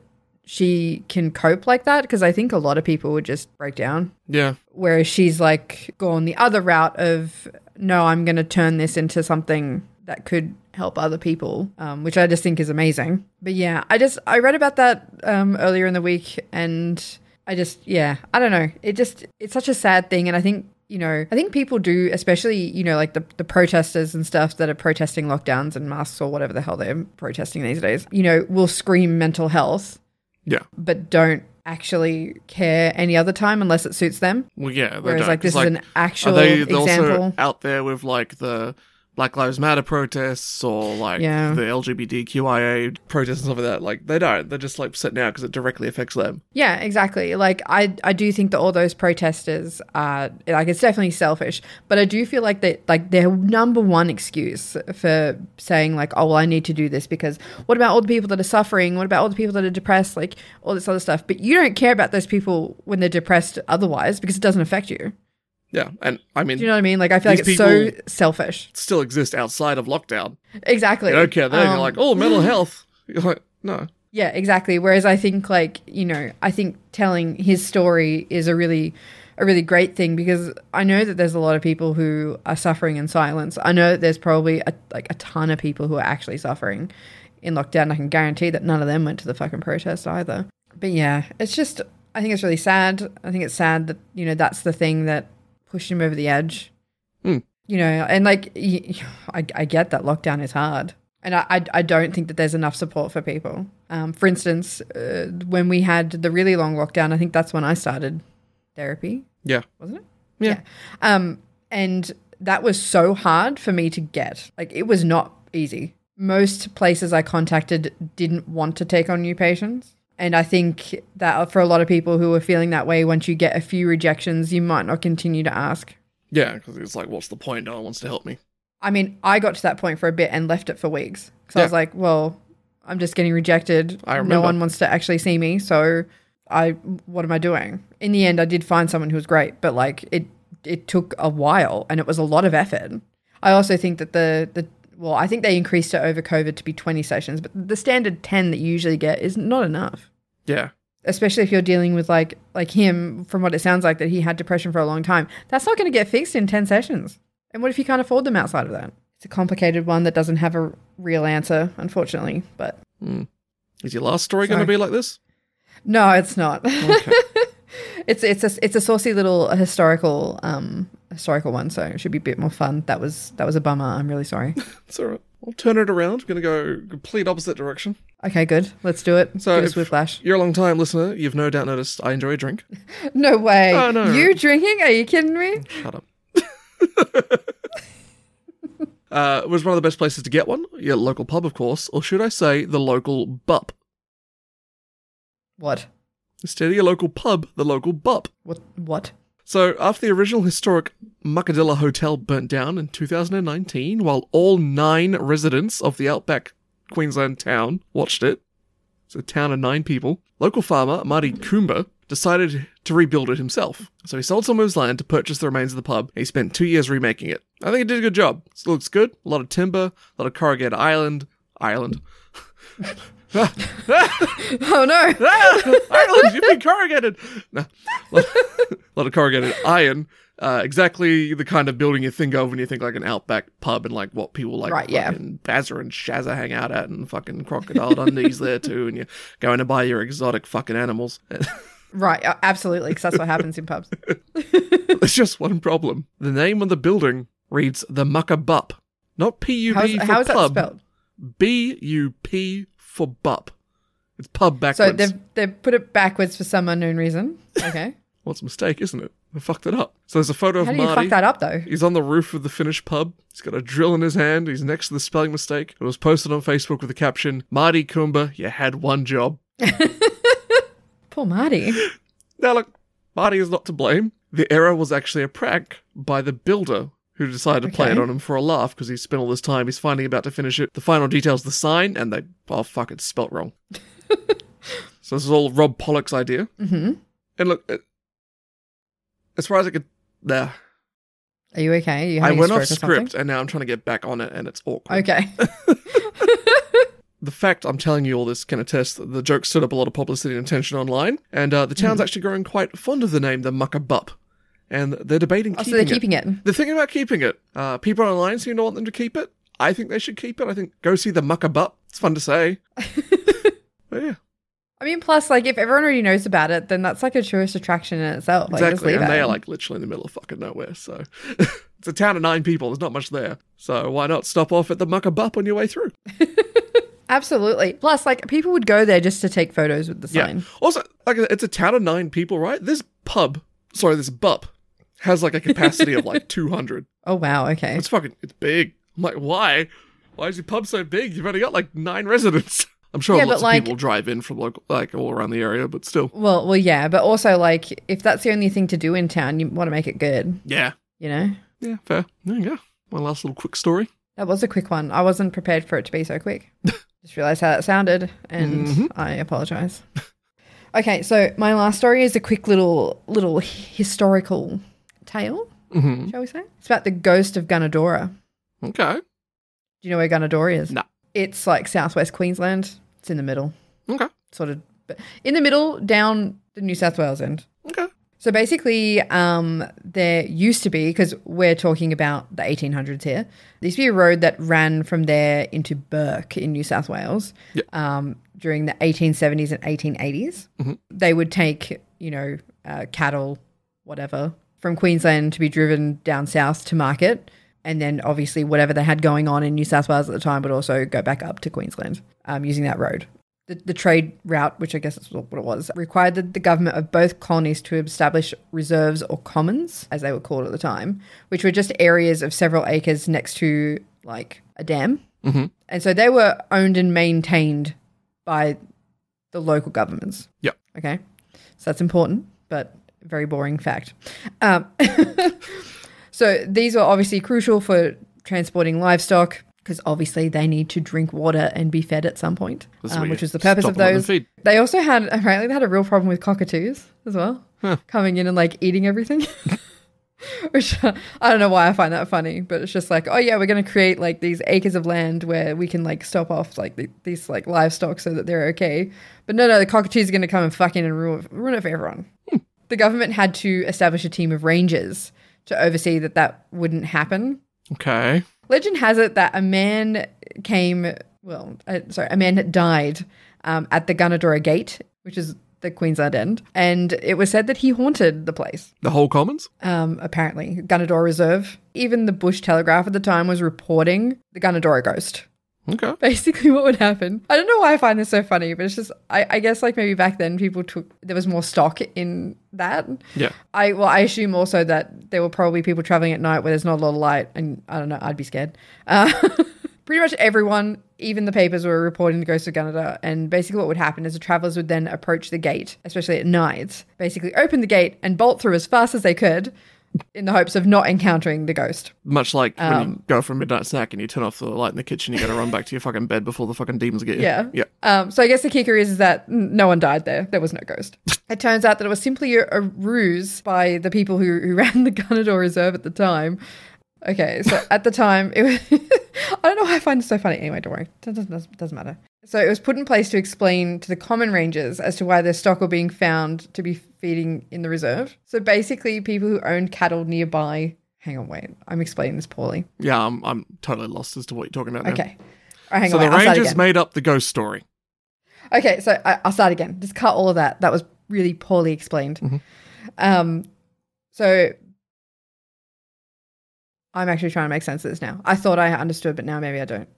[SPEAKER 2] she can cope like that because I think a lot of people would just break down.
[SPEAKER 1] Yeah.
[SPEAKER 2] Whereas she's like gone the other route of no, I'm going to turn this into something that could help other people, um, which I just think is amazing. But yeah, I just I read about that um, earlier in the week, and I just yeah, I don't know. It just it's such a sad thing, and I think you know I think people do, especially you know like the the protesters and stuff that are protesting lockdowns and masks or whatever the hell they're protesting these days. You know, will scream mental health,
[SPEAKER 1] Yeah.
[SPEAKER 2] but don't actually care any other time unless it suits them.
[SPEAKER 1] Well, yeah. They
[SPEAKER 2] Whereas
[SPEAKER 1] don't.
[SPEAKER 2] like this
[SPEAKER 1] It's
[SPEAKER 2] is an actual
[SPEAKER 1] are they also
[SPEAKER 2] example.
[SPEAKER 1] out there with like the Black Lives Matter protests or like
[SPEAKER 2] Yeah.
[SPEAKER 1] the LGBTQIA protests and stuff like that? Like they don't. They're just like sitting out because it directly affects them.
[SPEAKER 2] yeah, exactly. Like I, I do think that all those protesters are like it's definitely selfish, but I do feel like that like their number one excuse for saying like oh well I need to do this because what about all the people that are suffering? What about all the people that are depressed? Like all this other stuff. But you don't care about those people when they're depressed otherwise because it doesn't affect you.
[SPEAKER 1] Yeah, and I mean,
[SPEAKER 2] Do you know what I mean? Like I feel like it's
[SPEAKER 1] These
[SPEAKER 2] so
[SPEAKER 1] people-
[SPEAKER 2] selfish.
[SPEAKER 1] still exist outside of lockdown.
[SPEAKER 2] Exactly.
[SPEAKER 1] They don't care. Then you're
[SPEAKER 2] Um,
[SPEAKER 1] like, oh, mental health. You're like, no.
[SPEAKER 2] Yeah, exactly. Whereas I think like, you know, I think telling his story is a really a really great thing because I know that there's a lot of people who are suffering in silence. I know that there's probably a, like a ton of people who are actually suffering in lockdown. I can guarantee that none of them went to the fucking protest either. But yeah, it's just I think it's really sad. I think it's sad that, you know, that's the thing that pushed him over the edge you know, and like y- I, I get that lockdown is hard, and I, I I don't think that there's enough support for people. Um, for instance, uh, when we had the really long lockdown, I think that's when I started therapy,
[SPEAKER 1] Yeah,
[SPEAKER 2] wasn't it?
[SPEAKER 1] Yeah.
[SPEAKER 2] Um, and that was so hard for me to get. Like it was not easy. Most places I contacted didn't want to take on new patients. And I think that for a lot of people who are feeling that way, once you get a few rejections, you might not continue to ask.
[SPEAKER 1] yeah. Because it's like, what's the point? No one wants to help me.
[SPEAKER 2] I mean, I got to that point for a bit and left it for weeks because I was
[SPEAKER 1] Yeah.
[SPEAKER 2] like, well, I'm just getting rejected.
[SPEAKER 1] I
[SPEAKER 2] No
[SPEAKER 1] remember.
[SPEAKER 2] one wants to actually see me, so I what am I doing? In the end, I did find someone who was great, but like it it took a while and it was a lot of effort. I also think that the the well, I think they increased it over COVID to be 20 sessions, but the standard 10 that you usually get is not enough
[SPEAKER 1] Yeah,
[SPEAKER 2] especially if you're dealing with like like him from what it sounds like that he had depression for a long time that's not going to get fixed in 10 sessions and what if you can't afford them outside of that it's a complicated one that doesn't have a real answer unfortunately but
[SPEAKER 1] is your last story going to
[SPEAKER 2] Sorry.
[SPEAKER 1] be like this?
[SPEAKER 2] no it's not it's it's a it's a saucy little historical um historical one so it should be a bit more fun that was that was a bummer i'm really sorry
[SPEAKER 1] It's all right. I'll turn it around. I'm going to go complete opposite direction.
[SPEAKER 2] okay good let's do it
[SPEAKER 1] So
[SPEAKER 2] so Give us
[SPEAKER 1] if-
[SPEAKER 2] whiplash
[SPEAKER 1] You're a long time listener. You've no doubt noticed I enjoy a drink.
[SPEAKER 2] no way
[SPEAKER 1] Oh, no.
[SPEAKER 2] you drinking are you kidding me
[SPEAKER 1] Shut up. uh, it was one of the best places to get one. Your local pub, of course, or should I say the local bup.
[SPEAKER 2] what
[SPEAKER 1] Instead of your local pub, the local bup.
[SPEAKER 2] what what
[SPEAKER 1] So, after the original historic Muckadilla Hotel burnt down in 2019, while all nine residents of the outback Queensland town watched it, it's a town of nine people, local farmer Marty Coomber decided to rebuild it himself. So, he sold some of his land to purchase the remains of the pub, and he spent two years remaking it. I think he did a good job. It looks good. A lot of timber, a lot of corrugated island. Island.
[SPEAKER 2] oh no
[SPEAKER 1] ah, Ireland, you've been corrugated. No, a lot, a lot of corrugated iron. Uh, exactly the kind of building you think of when you think like an outback pub and like what people like
[SPEAKER 2] Right, yeah.
[SPEAKER 1] fucking Bazza and Shazza hang out at and fucking crocodile Dundee's there too and you're going to buy your exotic fucking animals.
[SPEAKER 2] Right, a- absolutely, because that's what happens in pubs.
[SPEAKER 1] There's just one problem. The name on the building reads the Mucka Bup. Not P-U-B
[SPEAKER 2] How's,
[SPEAKER 1] for
[SPEAKER 2] how is that
[SPEAKER 1] pub.
[SPEAKER 2] spelled?
[SPEAKER 1] B-U-P for bup. It's pub
[SPEAKER 2] So
[SPEAKER 1] backwards.
[SPEAKER 2] they've they've put it backwards for some unknown reason. Okay.
[SPEAKER 1] What's a mistake, isn't it? They fucked it up. So there's a photo
[SPEAKER 2] How
[SPEAKER 1] of
[SPEAKER 2] do you
[SPEAKER 1] Marty.
[SPEAKER 2] fuck that up though?
[SPEAKER 1] He's on the roof of the Finnish pub. He's got a drill in his hand. He's next to the spelling mistake. It was posted on Facebook with the caption, Marty Kumba, you had one job.
[SPEAKER 2] Poor Marty.
[SPEAKER 1] Now, look, Marty is not to blame. The error was actually a prank by the builder who decided to play it
[SPEAKER 2] Okay.
[SPEAKER 1] on him for a laugh because he spent all this time. He's finally about to finish it. The final details, the sign, and they, oh, fuck, it's spelt wrong. so this is all Rob Pollock's idea.
[SPEAKER 2] hmm
[SPEAKER 1] And look, it, as far as I could, nah,
[SPEAKER 2] Are you okay? Are you
[SPEAKER 1] I
[SPEAKER 2] having a
[SPEAKER 1] went
[SPEAKER 2] stroke
[SPEAKER 1] off
[SPEAKER 2] or something?
[SPEAKER 1] script and now I'm trying to get back on it and it's awkward.
[SPEAKER 2] Okay.
[SPEAKER 1] the fact I'm telling you all this can attest that the joke stood up a lot of publicity and attention online, and uh, the town's
[SPEAKER 2] Hmm.
[SPEAKER 1] actually growing quite fond of the name the Muckabup, and they're debating
[SPEAKER 2] oh, so
[SPEAKER 1] keeping
[SPEAKER 2] they're
[SPEAKER 1] it.
[SPEAKER 2] keeping it.
[SPEAKER 1] They're thinking about keeping it. Uh, people online seem to want them to keep it. I think they should keep it. I think go see the Muckabup. It's fun to say. but yeah,
[SPEAKER 2] I mean, plus, like, if everyone already knows about it, then that's like a tourist attraction in itself. Like, just
[SPEAKER 1] exactly.
[SPEAKER 2] leave
[SPEAKER 1] And
[SPEAKER 2] it.
[SPEAKER 1] they are like literally in the middle of fucking nowhere, so it's a town of nine people. There's not much there, so why not stop off at the Muckabup on your way through?
[SPEAKER 2] Absolutely. Plus, like, people would go there just to take photos with the sign.
[SPEAKER 1] Also, like it's a town of nine people, right? This pub, sorry, this bup has like a capacity of like 200.
[SPEAKER 2] Oh, wow. Okay.
[SPEAKER 1] It's fucking, it's big. I'm like, why? Why is your pub so big? You've only got like nine residents. I'm sure
[SPEAKER 2] Yeah,
[SPEAKER 1] lots
[SPEAKER 2] but,
[SPEAKER 1] of
[SPEAKER 2] like-
[SPEAKER 1] people drive in from local, like all around the area, but still,
[SPEAKER 2] Well, well, yeah. But also, like, if that's the only thing to do in town, you want to make it good,
[SPEAKER 1] yeah,
[SPEAKER 2] you know?
[SPEAKER 1] yeah, fair. There you go. One last little quick story.
[SPEAKER 2] That was a quick one. I wasn't prepared for it to be so quick. Just realized how that sounded, and
[SPEAKER 1] Mhm.
[SPEAKER 2] I apologize. okay, so my last story is a quick little little historical tale,
[SPEAKER 1] hmm
[SPEAKER 2] shall we say? It's about the ghost of Gunadora.
[SPEAKER 1] Okay,
[SPEAKER 2] Do you know where Gunadora is?
[SPEAKER 1] No.
[SPEAKER 2] It's like southwest Queensland. It's in the middle,
[SPEAKER 1] okay,
[SPEAKER 2] sort of, but in the middle down the New South Wales end.
[SPEAKER 1] okay.
[SPEAKER 2] So basically, um, there used to be, because we're talking about the 1800s here, there used to be a road that ran from there into Burke in New South Wales
[SPEAKER 1] Yeah.
[SPEAKER 2] um, during the 1870s and 1880s.
[SPEAKER 1] Mhm.
[SPEAKER 2] They would take, you know, uh, cattle, whatever, from Queensland to be driven down south to market. And then obviously, whatever they had going on in New South Wales at the time would also go back up to Queensland um, using that road the, the trade route, which I guess is what it was, required the, the government of both colonies to establish reserves or commons, as they were called at the time, which were just areas of several acres next to like a dam.
[SPEAKER 1] Mhm.
[SPEAKER 2] And so they were owned and maintained by the local governments.
[SPEAKER 1] Yep.
[SPEAKER 2] Okay. So that's important, but very boring fact. Um, so these are obviously crucial for transporting livestock because obviously they need to drink water and be fed at some point,
[SPEAKER 1] This is
[SPEAKER 2] um,
[SPEAKER 1] where
[SPEAKER 2] which
[SPEAKER 1] you
[SPEAKER 2] was the purpose
[SPEAKER 1] stop
[SPEAKER 2] of
[SPEAKER 1] and let them
[SPEAKER 2] those.
[SPEAKER 1] feed.
[SPEAKER 2] They also had apparently they had a real problem with cockatoos as well,
[SPEAKER 1] Huh.
[SPEAKER 2] coming in and like eating everything. Which uh, I don't know why I find that funny, but it's just like, oh yeah, we're going to create like these acres of land where we can like stop off like the, these like livestock so that they're okay. But no, no, the cockatoos are going to come and fuck in and ruin, ruin it for everyone. the government had to establish a team of rangers to oversee that that wouldn't happen.
[SPEAKER 1] Okay,
[SPEAKER 2] Legend has it that a man came, well, uh, sorry, a man died um, at the Gunadora Gate, which is the Queensland end, and it was said that he haunted the place
[SPEAKER 1] the whole commons.
[SPEAKER 2] um, apparently, Gunadora Reserve. Even the Bush Telegraph at the time was reporting the Gunadora ghost.
[SPEAKER 1] Okay,
[SPEAKER 2] Basically, what would happen? I don't know why I find this so funny, but it's just, I, I guess, like maybe back then people took, there was more stock in that.
[SPEAKER 1] yeah,
[SPEAKER 2] I, well, I assume also that there were probably people traveling at night where there's not a lot of light, and I don't know, I'd be scared. Uh, pretty much everyone, even the papers, were reporting the ghost of Gunadora. And basically, what would happen is the travelers would then approach the gate, especially at night, basically open the gate and bolt through as fast as they could in the hopes of not encountering the ghost.
[SPEAKER 1] much like when
[SPEAKER 2] Um,
[SPEAKER 1] you go for a midnight snack and you turn off the light in the kitchen, you got to run back to your fucking bed before the fucking demons get you.
[SPEAKER 2] Yeah.
[SPEAKER 1] yeah.
[SPEAKER 2] Um, so I guess the kicker is, is that n- no one died there. There was no ghost. it turns out that it was simply a, a ruse by the people who, who ran the Gunador Reserve at the time. Okay, so at the time, it was I don't know why I find it so funny. Anyway, don't worry. Doesn't, doesn't, doesn't matter. So it was put in place to explain to the common rangers as to why their stock were being found to be feeding in the reserve. So basically, people who owned cattle nearby. Hang on, wait. I'm explaining this poorly.
[SPEAKER 1] Yeah, I'm, I'm totally lost as to what you're talking about now.
[SPEAKER 2] Okay. All right, hang
[SPEAKER 1] so
[SPEAKER 2] on. Wait,
[SPEAKER 1] the
[SPEAKER 2] I'll start
[SPEAKER 1] Rangers
[SPEAKER 2] again.
[SPEAKER 1] made up the ghost story.
[SPEAKER 2] Okay, so I, I'll start again. Just cut all of that. That was really poorly explained.
[SPEAKER 1] Mhm.
[SPEAKER 2] Um, so I'm actually trying to make sense of this now. I thought I understood, but now maybe I don't.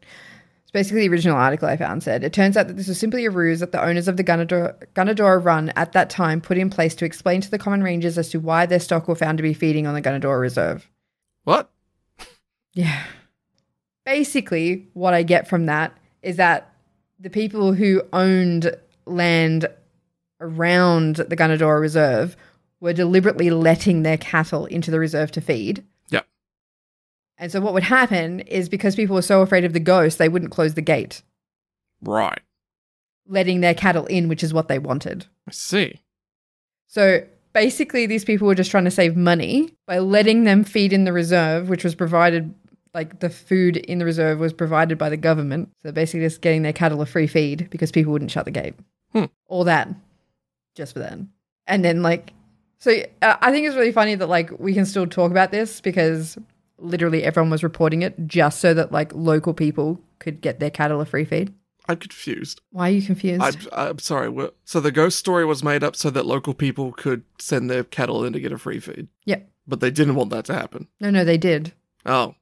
[SPEAKER 2] It's basically the original article I found said it turns out that this was simply a ruse that the owners of the Gunador- Gunadora run at that time put in place to explain to the common rangers as to why their stock were found to be feeding on the Gunadora reserve.
[SPEAKER 1] What?
[SPEAKER 2] Yeah. Basically, what I get from that is that the people who owned land around the Gunadora Reserve were deliberately letting their cattle into the reserve to feed.
[SPEAKER 1] Yeah.
[SPEAKER 2] And so what would happen is because people were so afraid of the ghost, they wouldn't close the gate,
[SPEAKER 1] Right.
[SPEAKER 2] letting their cattle in, which is what they wanted.
[SPEAKER 1] I see.
[SPEAKER 2] So basically, these people were just trying to save money by letting them feed in the reserve, which was provided, like the food in the reserve was provided by the government. So basically, just getting their cattle a free feed because people wouldn't shut the gate.
[SPEAKER 1] Hmm.
[SPEAKER 2] All that just for them. And then, like, so uh, I think it's really funny that, like, we can still talk about this because literally everyone was reporting it just so that, like, local people could get their cattle a free feed.
[SPEAKER 1] I'm confused.
[SPEAKER 2] Why are you confused?
[SPEAKER 1] I'm, I'm sorry. we so the ghost story was made up so that local people could send their cattle in to get a free feed,
[SPEAKER 2] yep.
[SPEAKER 1] but they didn't want that to happen.
[SPEAKER 2] No, no, they did.
[SPEAKER 1] Oh,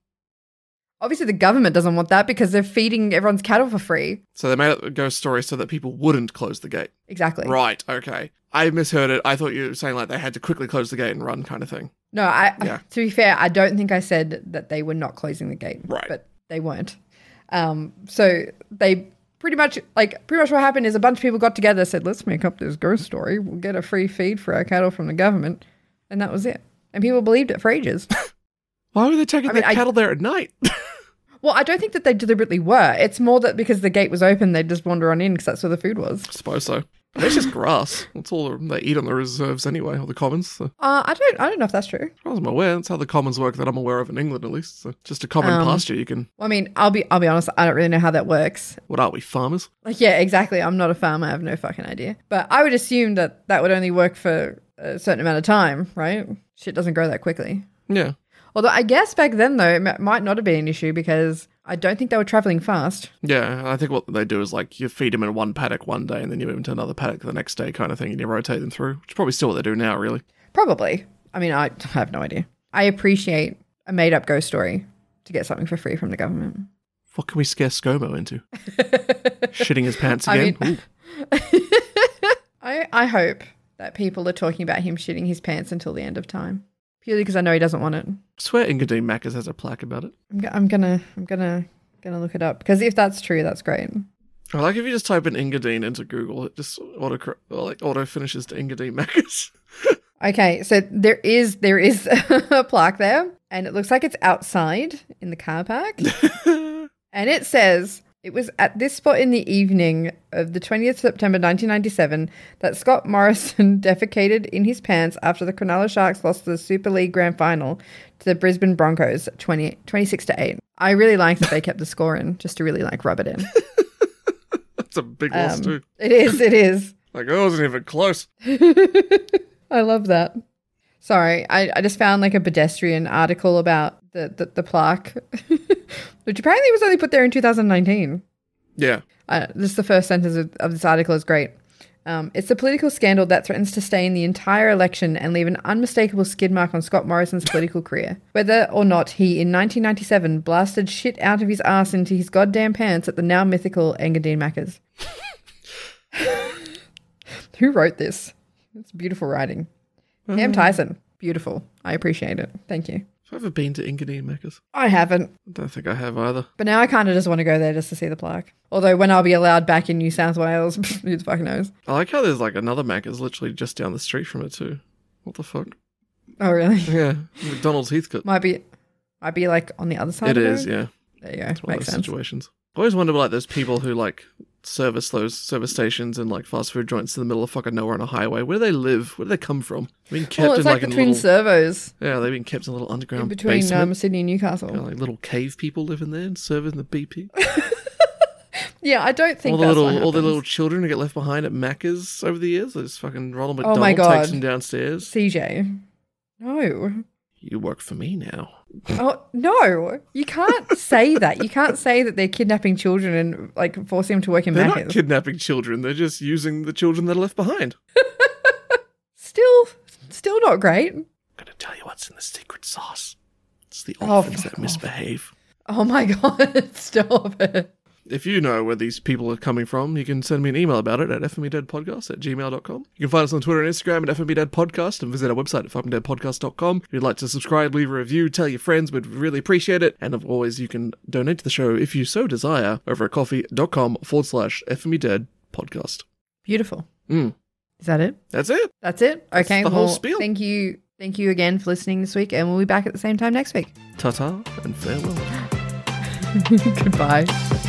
[SPEAKER 2] Obviously, the government doesn't want that because they're feeding everyone's cattle for free.
[SPEAKER 1] so they made up a ghost story so that people wouldn't close the gate.
[SPEAKER 2] Exactly.
[SPEAKER 1] Right. Okay. I misheard it. I thought you were saying like they had to quickly close the gate and run, kind of thing.
[SPEAKER 2] No, I.
[SPEAKER 1] Yeah.
[SPEAKER 2] To be fair, I don't think I said that they were not closing the gate.
[SPEAKER 1] Right.
[SPEAKER 2] But they weren't. Um. So they pretty much like pretty much what happened is a bunch of people got together, said, "Let's make up this ghost story. We'll get a free feed for our cattle from the government," and that was it. And people believed it for ages.
[SPEAKER 1] Why were they taking
[SPEAKER 2] I mean,
[SPEAKER 1] their
[SPEAKER 2] I-
[SPEAKER 1] cattle there at night?
[SPEAKER 2] well, I don't think that they deliberately were. It's more that because the gate was open, they just wander on in because that's where the food was.
[SPEAKER 1] I suppose so. It's just grass. That's all they eat on the reserves anyway, or the commons. So, as
[SPEAKER 2] Uh, I don't. I don't know if that's true.
[SPEAKER 1] far as I'm aware, that's how the commons work that I'm aware of in England, at least. So just a common
[SPEAKER 2] Um,
[SPEAKER 1] pasture. You can.
[SPEAKER 2] Well, I mean, I'll be. I'll be honest. I don't really know how that works.
[SPEAKER 1] What are we, farmers?
[SPEAKER 2] Like, yeah, exactly. I'm not a farmer. I have no fucking idea. But I would assume that that would only work for a certain amount of time, right? Shit doesn't grow that quickly.
[SPEAKER 1] Yeah.
[SPEAKER 2] Although I guess back then though, it m- might not have been an issue because I don't think they were traveling fast.
[SPEAKER 1] Yeah. I think what they do is like you feed them in one paddock one day and then you move them to another paddock the next day, kind of thing, and you rotate them through, which is probably still what they do now, really.
[SPEAKER 2] Probably. I mean, I, I have no idea. I appreciate a made-up ghost story to get something for free from the government.
[SPEAKER 1] What can we scare ScoMo into? Shitting his pants
[SPEAKER 2] I
[SPEAKER 1] again?
[SPEAKER 2] mean-
[SPEAKER 1] Ooh.
[SPEAKER 2] I I hope that people are talking about him shitting his pants until the end of time, purely because I know he doesn't want it.
[SPEAKER 1] I swear Inga Dean Mackers has a plaque about it.
[SPEAKER 2] I'm, go- I'm gonna I'm gonna gonna look it up because if that's true, that's great.
[SPEAKER 1] I like if you just type in Inga Dean into Google, it just auto like auto finishes to Inga Dean Mackers.
[SPEAKER 2] Okay, so there is there is a plaque there, and it looks like it's outside in the car park, and it says. It was at this spot in the evening of the 20th September 1997 that Scott Morrison defecated in his pants after the Cronulla Sharks lost the Super League Grand Final to the Brisbane Broncos 20, 26 to 8. I really like that they kept the score in just to really like rub it in.
[SPEAKER 1] That's a big loss
[SPEAKER 2] Um,
[SPEAKER 1] too.
[SPEAKER 2] it is, it is.
[SPEAKER 1] Like I wasn't even close.
[SPEAKER 2] I love that. Sorry, I, I just found like a pedestrian article about the, the, the plaque, which apparently was only put there in 2019.
[SPEAKER 1] Yeah.
[SPEAKER 2] Uh, this is the first sentence of, of this article is great. Um, it's a political scandal that threatens to stain the entire election and leave an unmistakable skid mark on Scott Morrison's political career. Whether or not he, in 1997, blasted shit out of his ass into his goddamn pants at the now mythical Engadine Mackers. Who wrote this? It's beautiful writing. Ham Tyson. Beautiful. I appreciate it. Thank you.
[SPEAKER 1] Have I ever been to Inga Dean Mackers?
[SPEAKER 2] I haven't.
[SPEAKER 1] I don't think I have either.
[SPEAKER 2] But now I kind of just want to go there just to see the plaque. Although when I'll be allowed back in New South Wales, who the fuck knows?
[SPEAKER 1] I like how there's like another Mackers literally just down the street from it too. What the fuck?
[SPEAKER 2] Oh really?
[SPEAKER 1] Yeah. McDonald's Heathcote.
[SPEAKER 2] Might be, might be like on the other side.
[SPEAKER 1] It
[SPEAKER 2] of
[SPEAKER 1] is, yeah.
[SPEAKER 2] There you go.
[SPEAKER 1] It's one of
[SPEAKER 2] Makes
[SPEAKER 1] those
[SPEAKER 2] sense.
[SPEAKER 1] situations. I always wonder like those people who like service those service stations and like fast food joints in the middle of fucking nowhere on a highway. Where do they live? Where do they come from? Being kept
[SPEAKER 2] Well,
[SPEAKER 1] in
[SPEAKER 2] it's
[SPEAKER 1] like,
[SPEAKER 2] like
[SPEAKER 1] in
[SPEAKER 2] between
[SPEAKER 1] little,
[SPEAKER 2] servos
[SPEAKER 1] Yeah, they've been kept in a little underground
[SPEAKER 2] in between
[SPEAKER 1] basement.
[SPEAKER 2] um, Sydney and Newcastle.
[SPEAKER 1] You know, like little cave people living there and serving the BP.
[SPEAKER 2] Yeah, I don't think
[SPEAKER 1] all the
[SPEAKER 2] that's
[SPEAKER 1] little,
[SPEAKER 2] what
[SPEAKER 1] all the
[SPEAKER 2] happens.
[SPEAKER 1] little children who get left behind at Macca's over the years. There's fucking Ronald
[SPEAKER 2] Oh
[SPEAKER 1] McDonald
[SPEAKER 2] my
[SPEAKER 1] takes
[SPEAKER 2] God.
[SPEAKER 1] them downstairs.
[SPEAKER 2] CJ. No,
[SPEAKER 1] You work for me now.
[SPEAKER 2] oh no, you can't say that. You can't say that they're kidnapping children and like forcing them to work in
[SPEAKER 1] They're not
[SPEAKER 2] Macca's.
[SPEAKER 1] kidnapping children. They're just using the children that are left behind.
[SPEAKER 2] still, still not great.
[SPEAKER 1] I'm gonna tell you what's in the secret sauce. It's the
[SPEAKER 2] Oh,
[SPEAKER 1] orphans
[SPEAKER 2] fuck
[SPEAKER 1] that
[SPEAKER 2] off.
[SPEAKER 1] misbehave.
[SPEAKER 2] Oh my god, stop it.
[SPEAKER 1] If you know where these people are coming from, you can send me an email about it at fmbdeadpodcast at gmail.com. You can find us on Twitter and Instagram at fmbdeadpodcast and visit our website at fmbdeadpodcast.com. If you'd like to subscribe, leave a review, tell your friends, we'd really appreciate it. And of always, you can donate to the show if you so desire over at coffee.com forward slash fmbdeadpodcast.
[SPEAKER 2] Beautiful.
[SPEAKER 1] Mm.
[SPEAKER 2] Is that it?
[SPEAKER 1] That's it.
[SPEAKER 2] That's it. Okay.
[SPEAKER 1] the whole
[SPEAKER 2] well,
[SPEAKER 1] spiel.
[SPEAKER 2] thank you. Thank you again for listening this week, and we'll be back at the same time next week.
[SPEAKER 1] Ta ta and farewell.
[SPEAKER 2] Goodbye.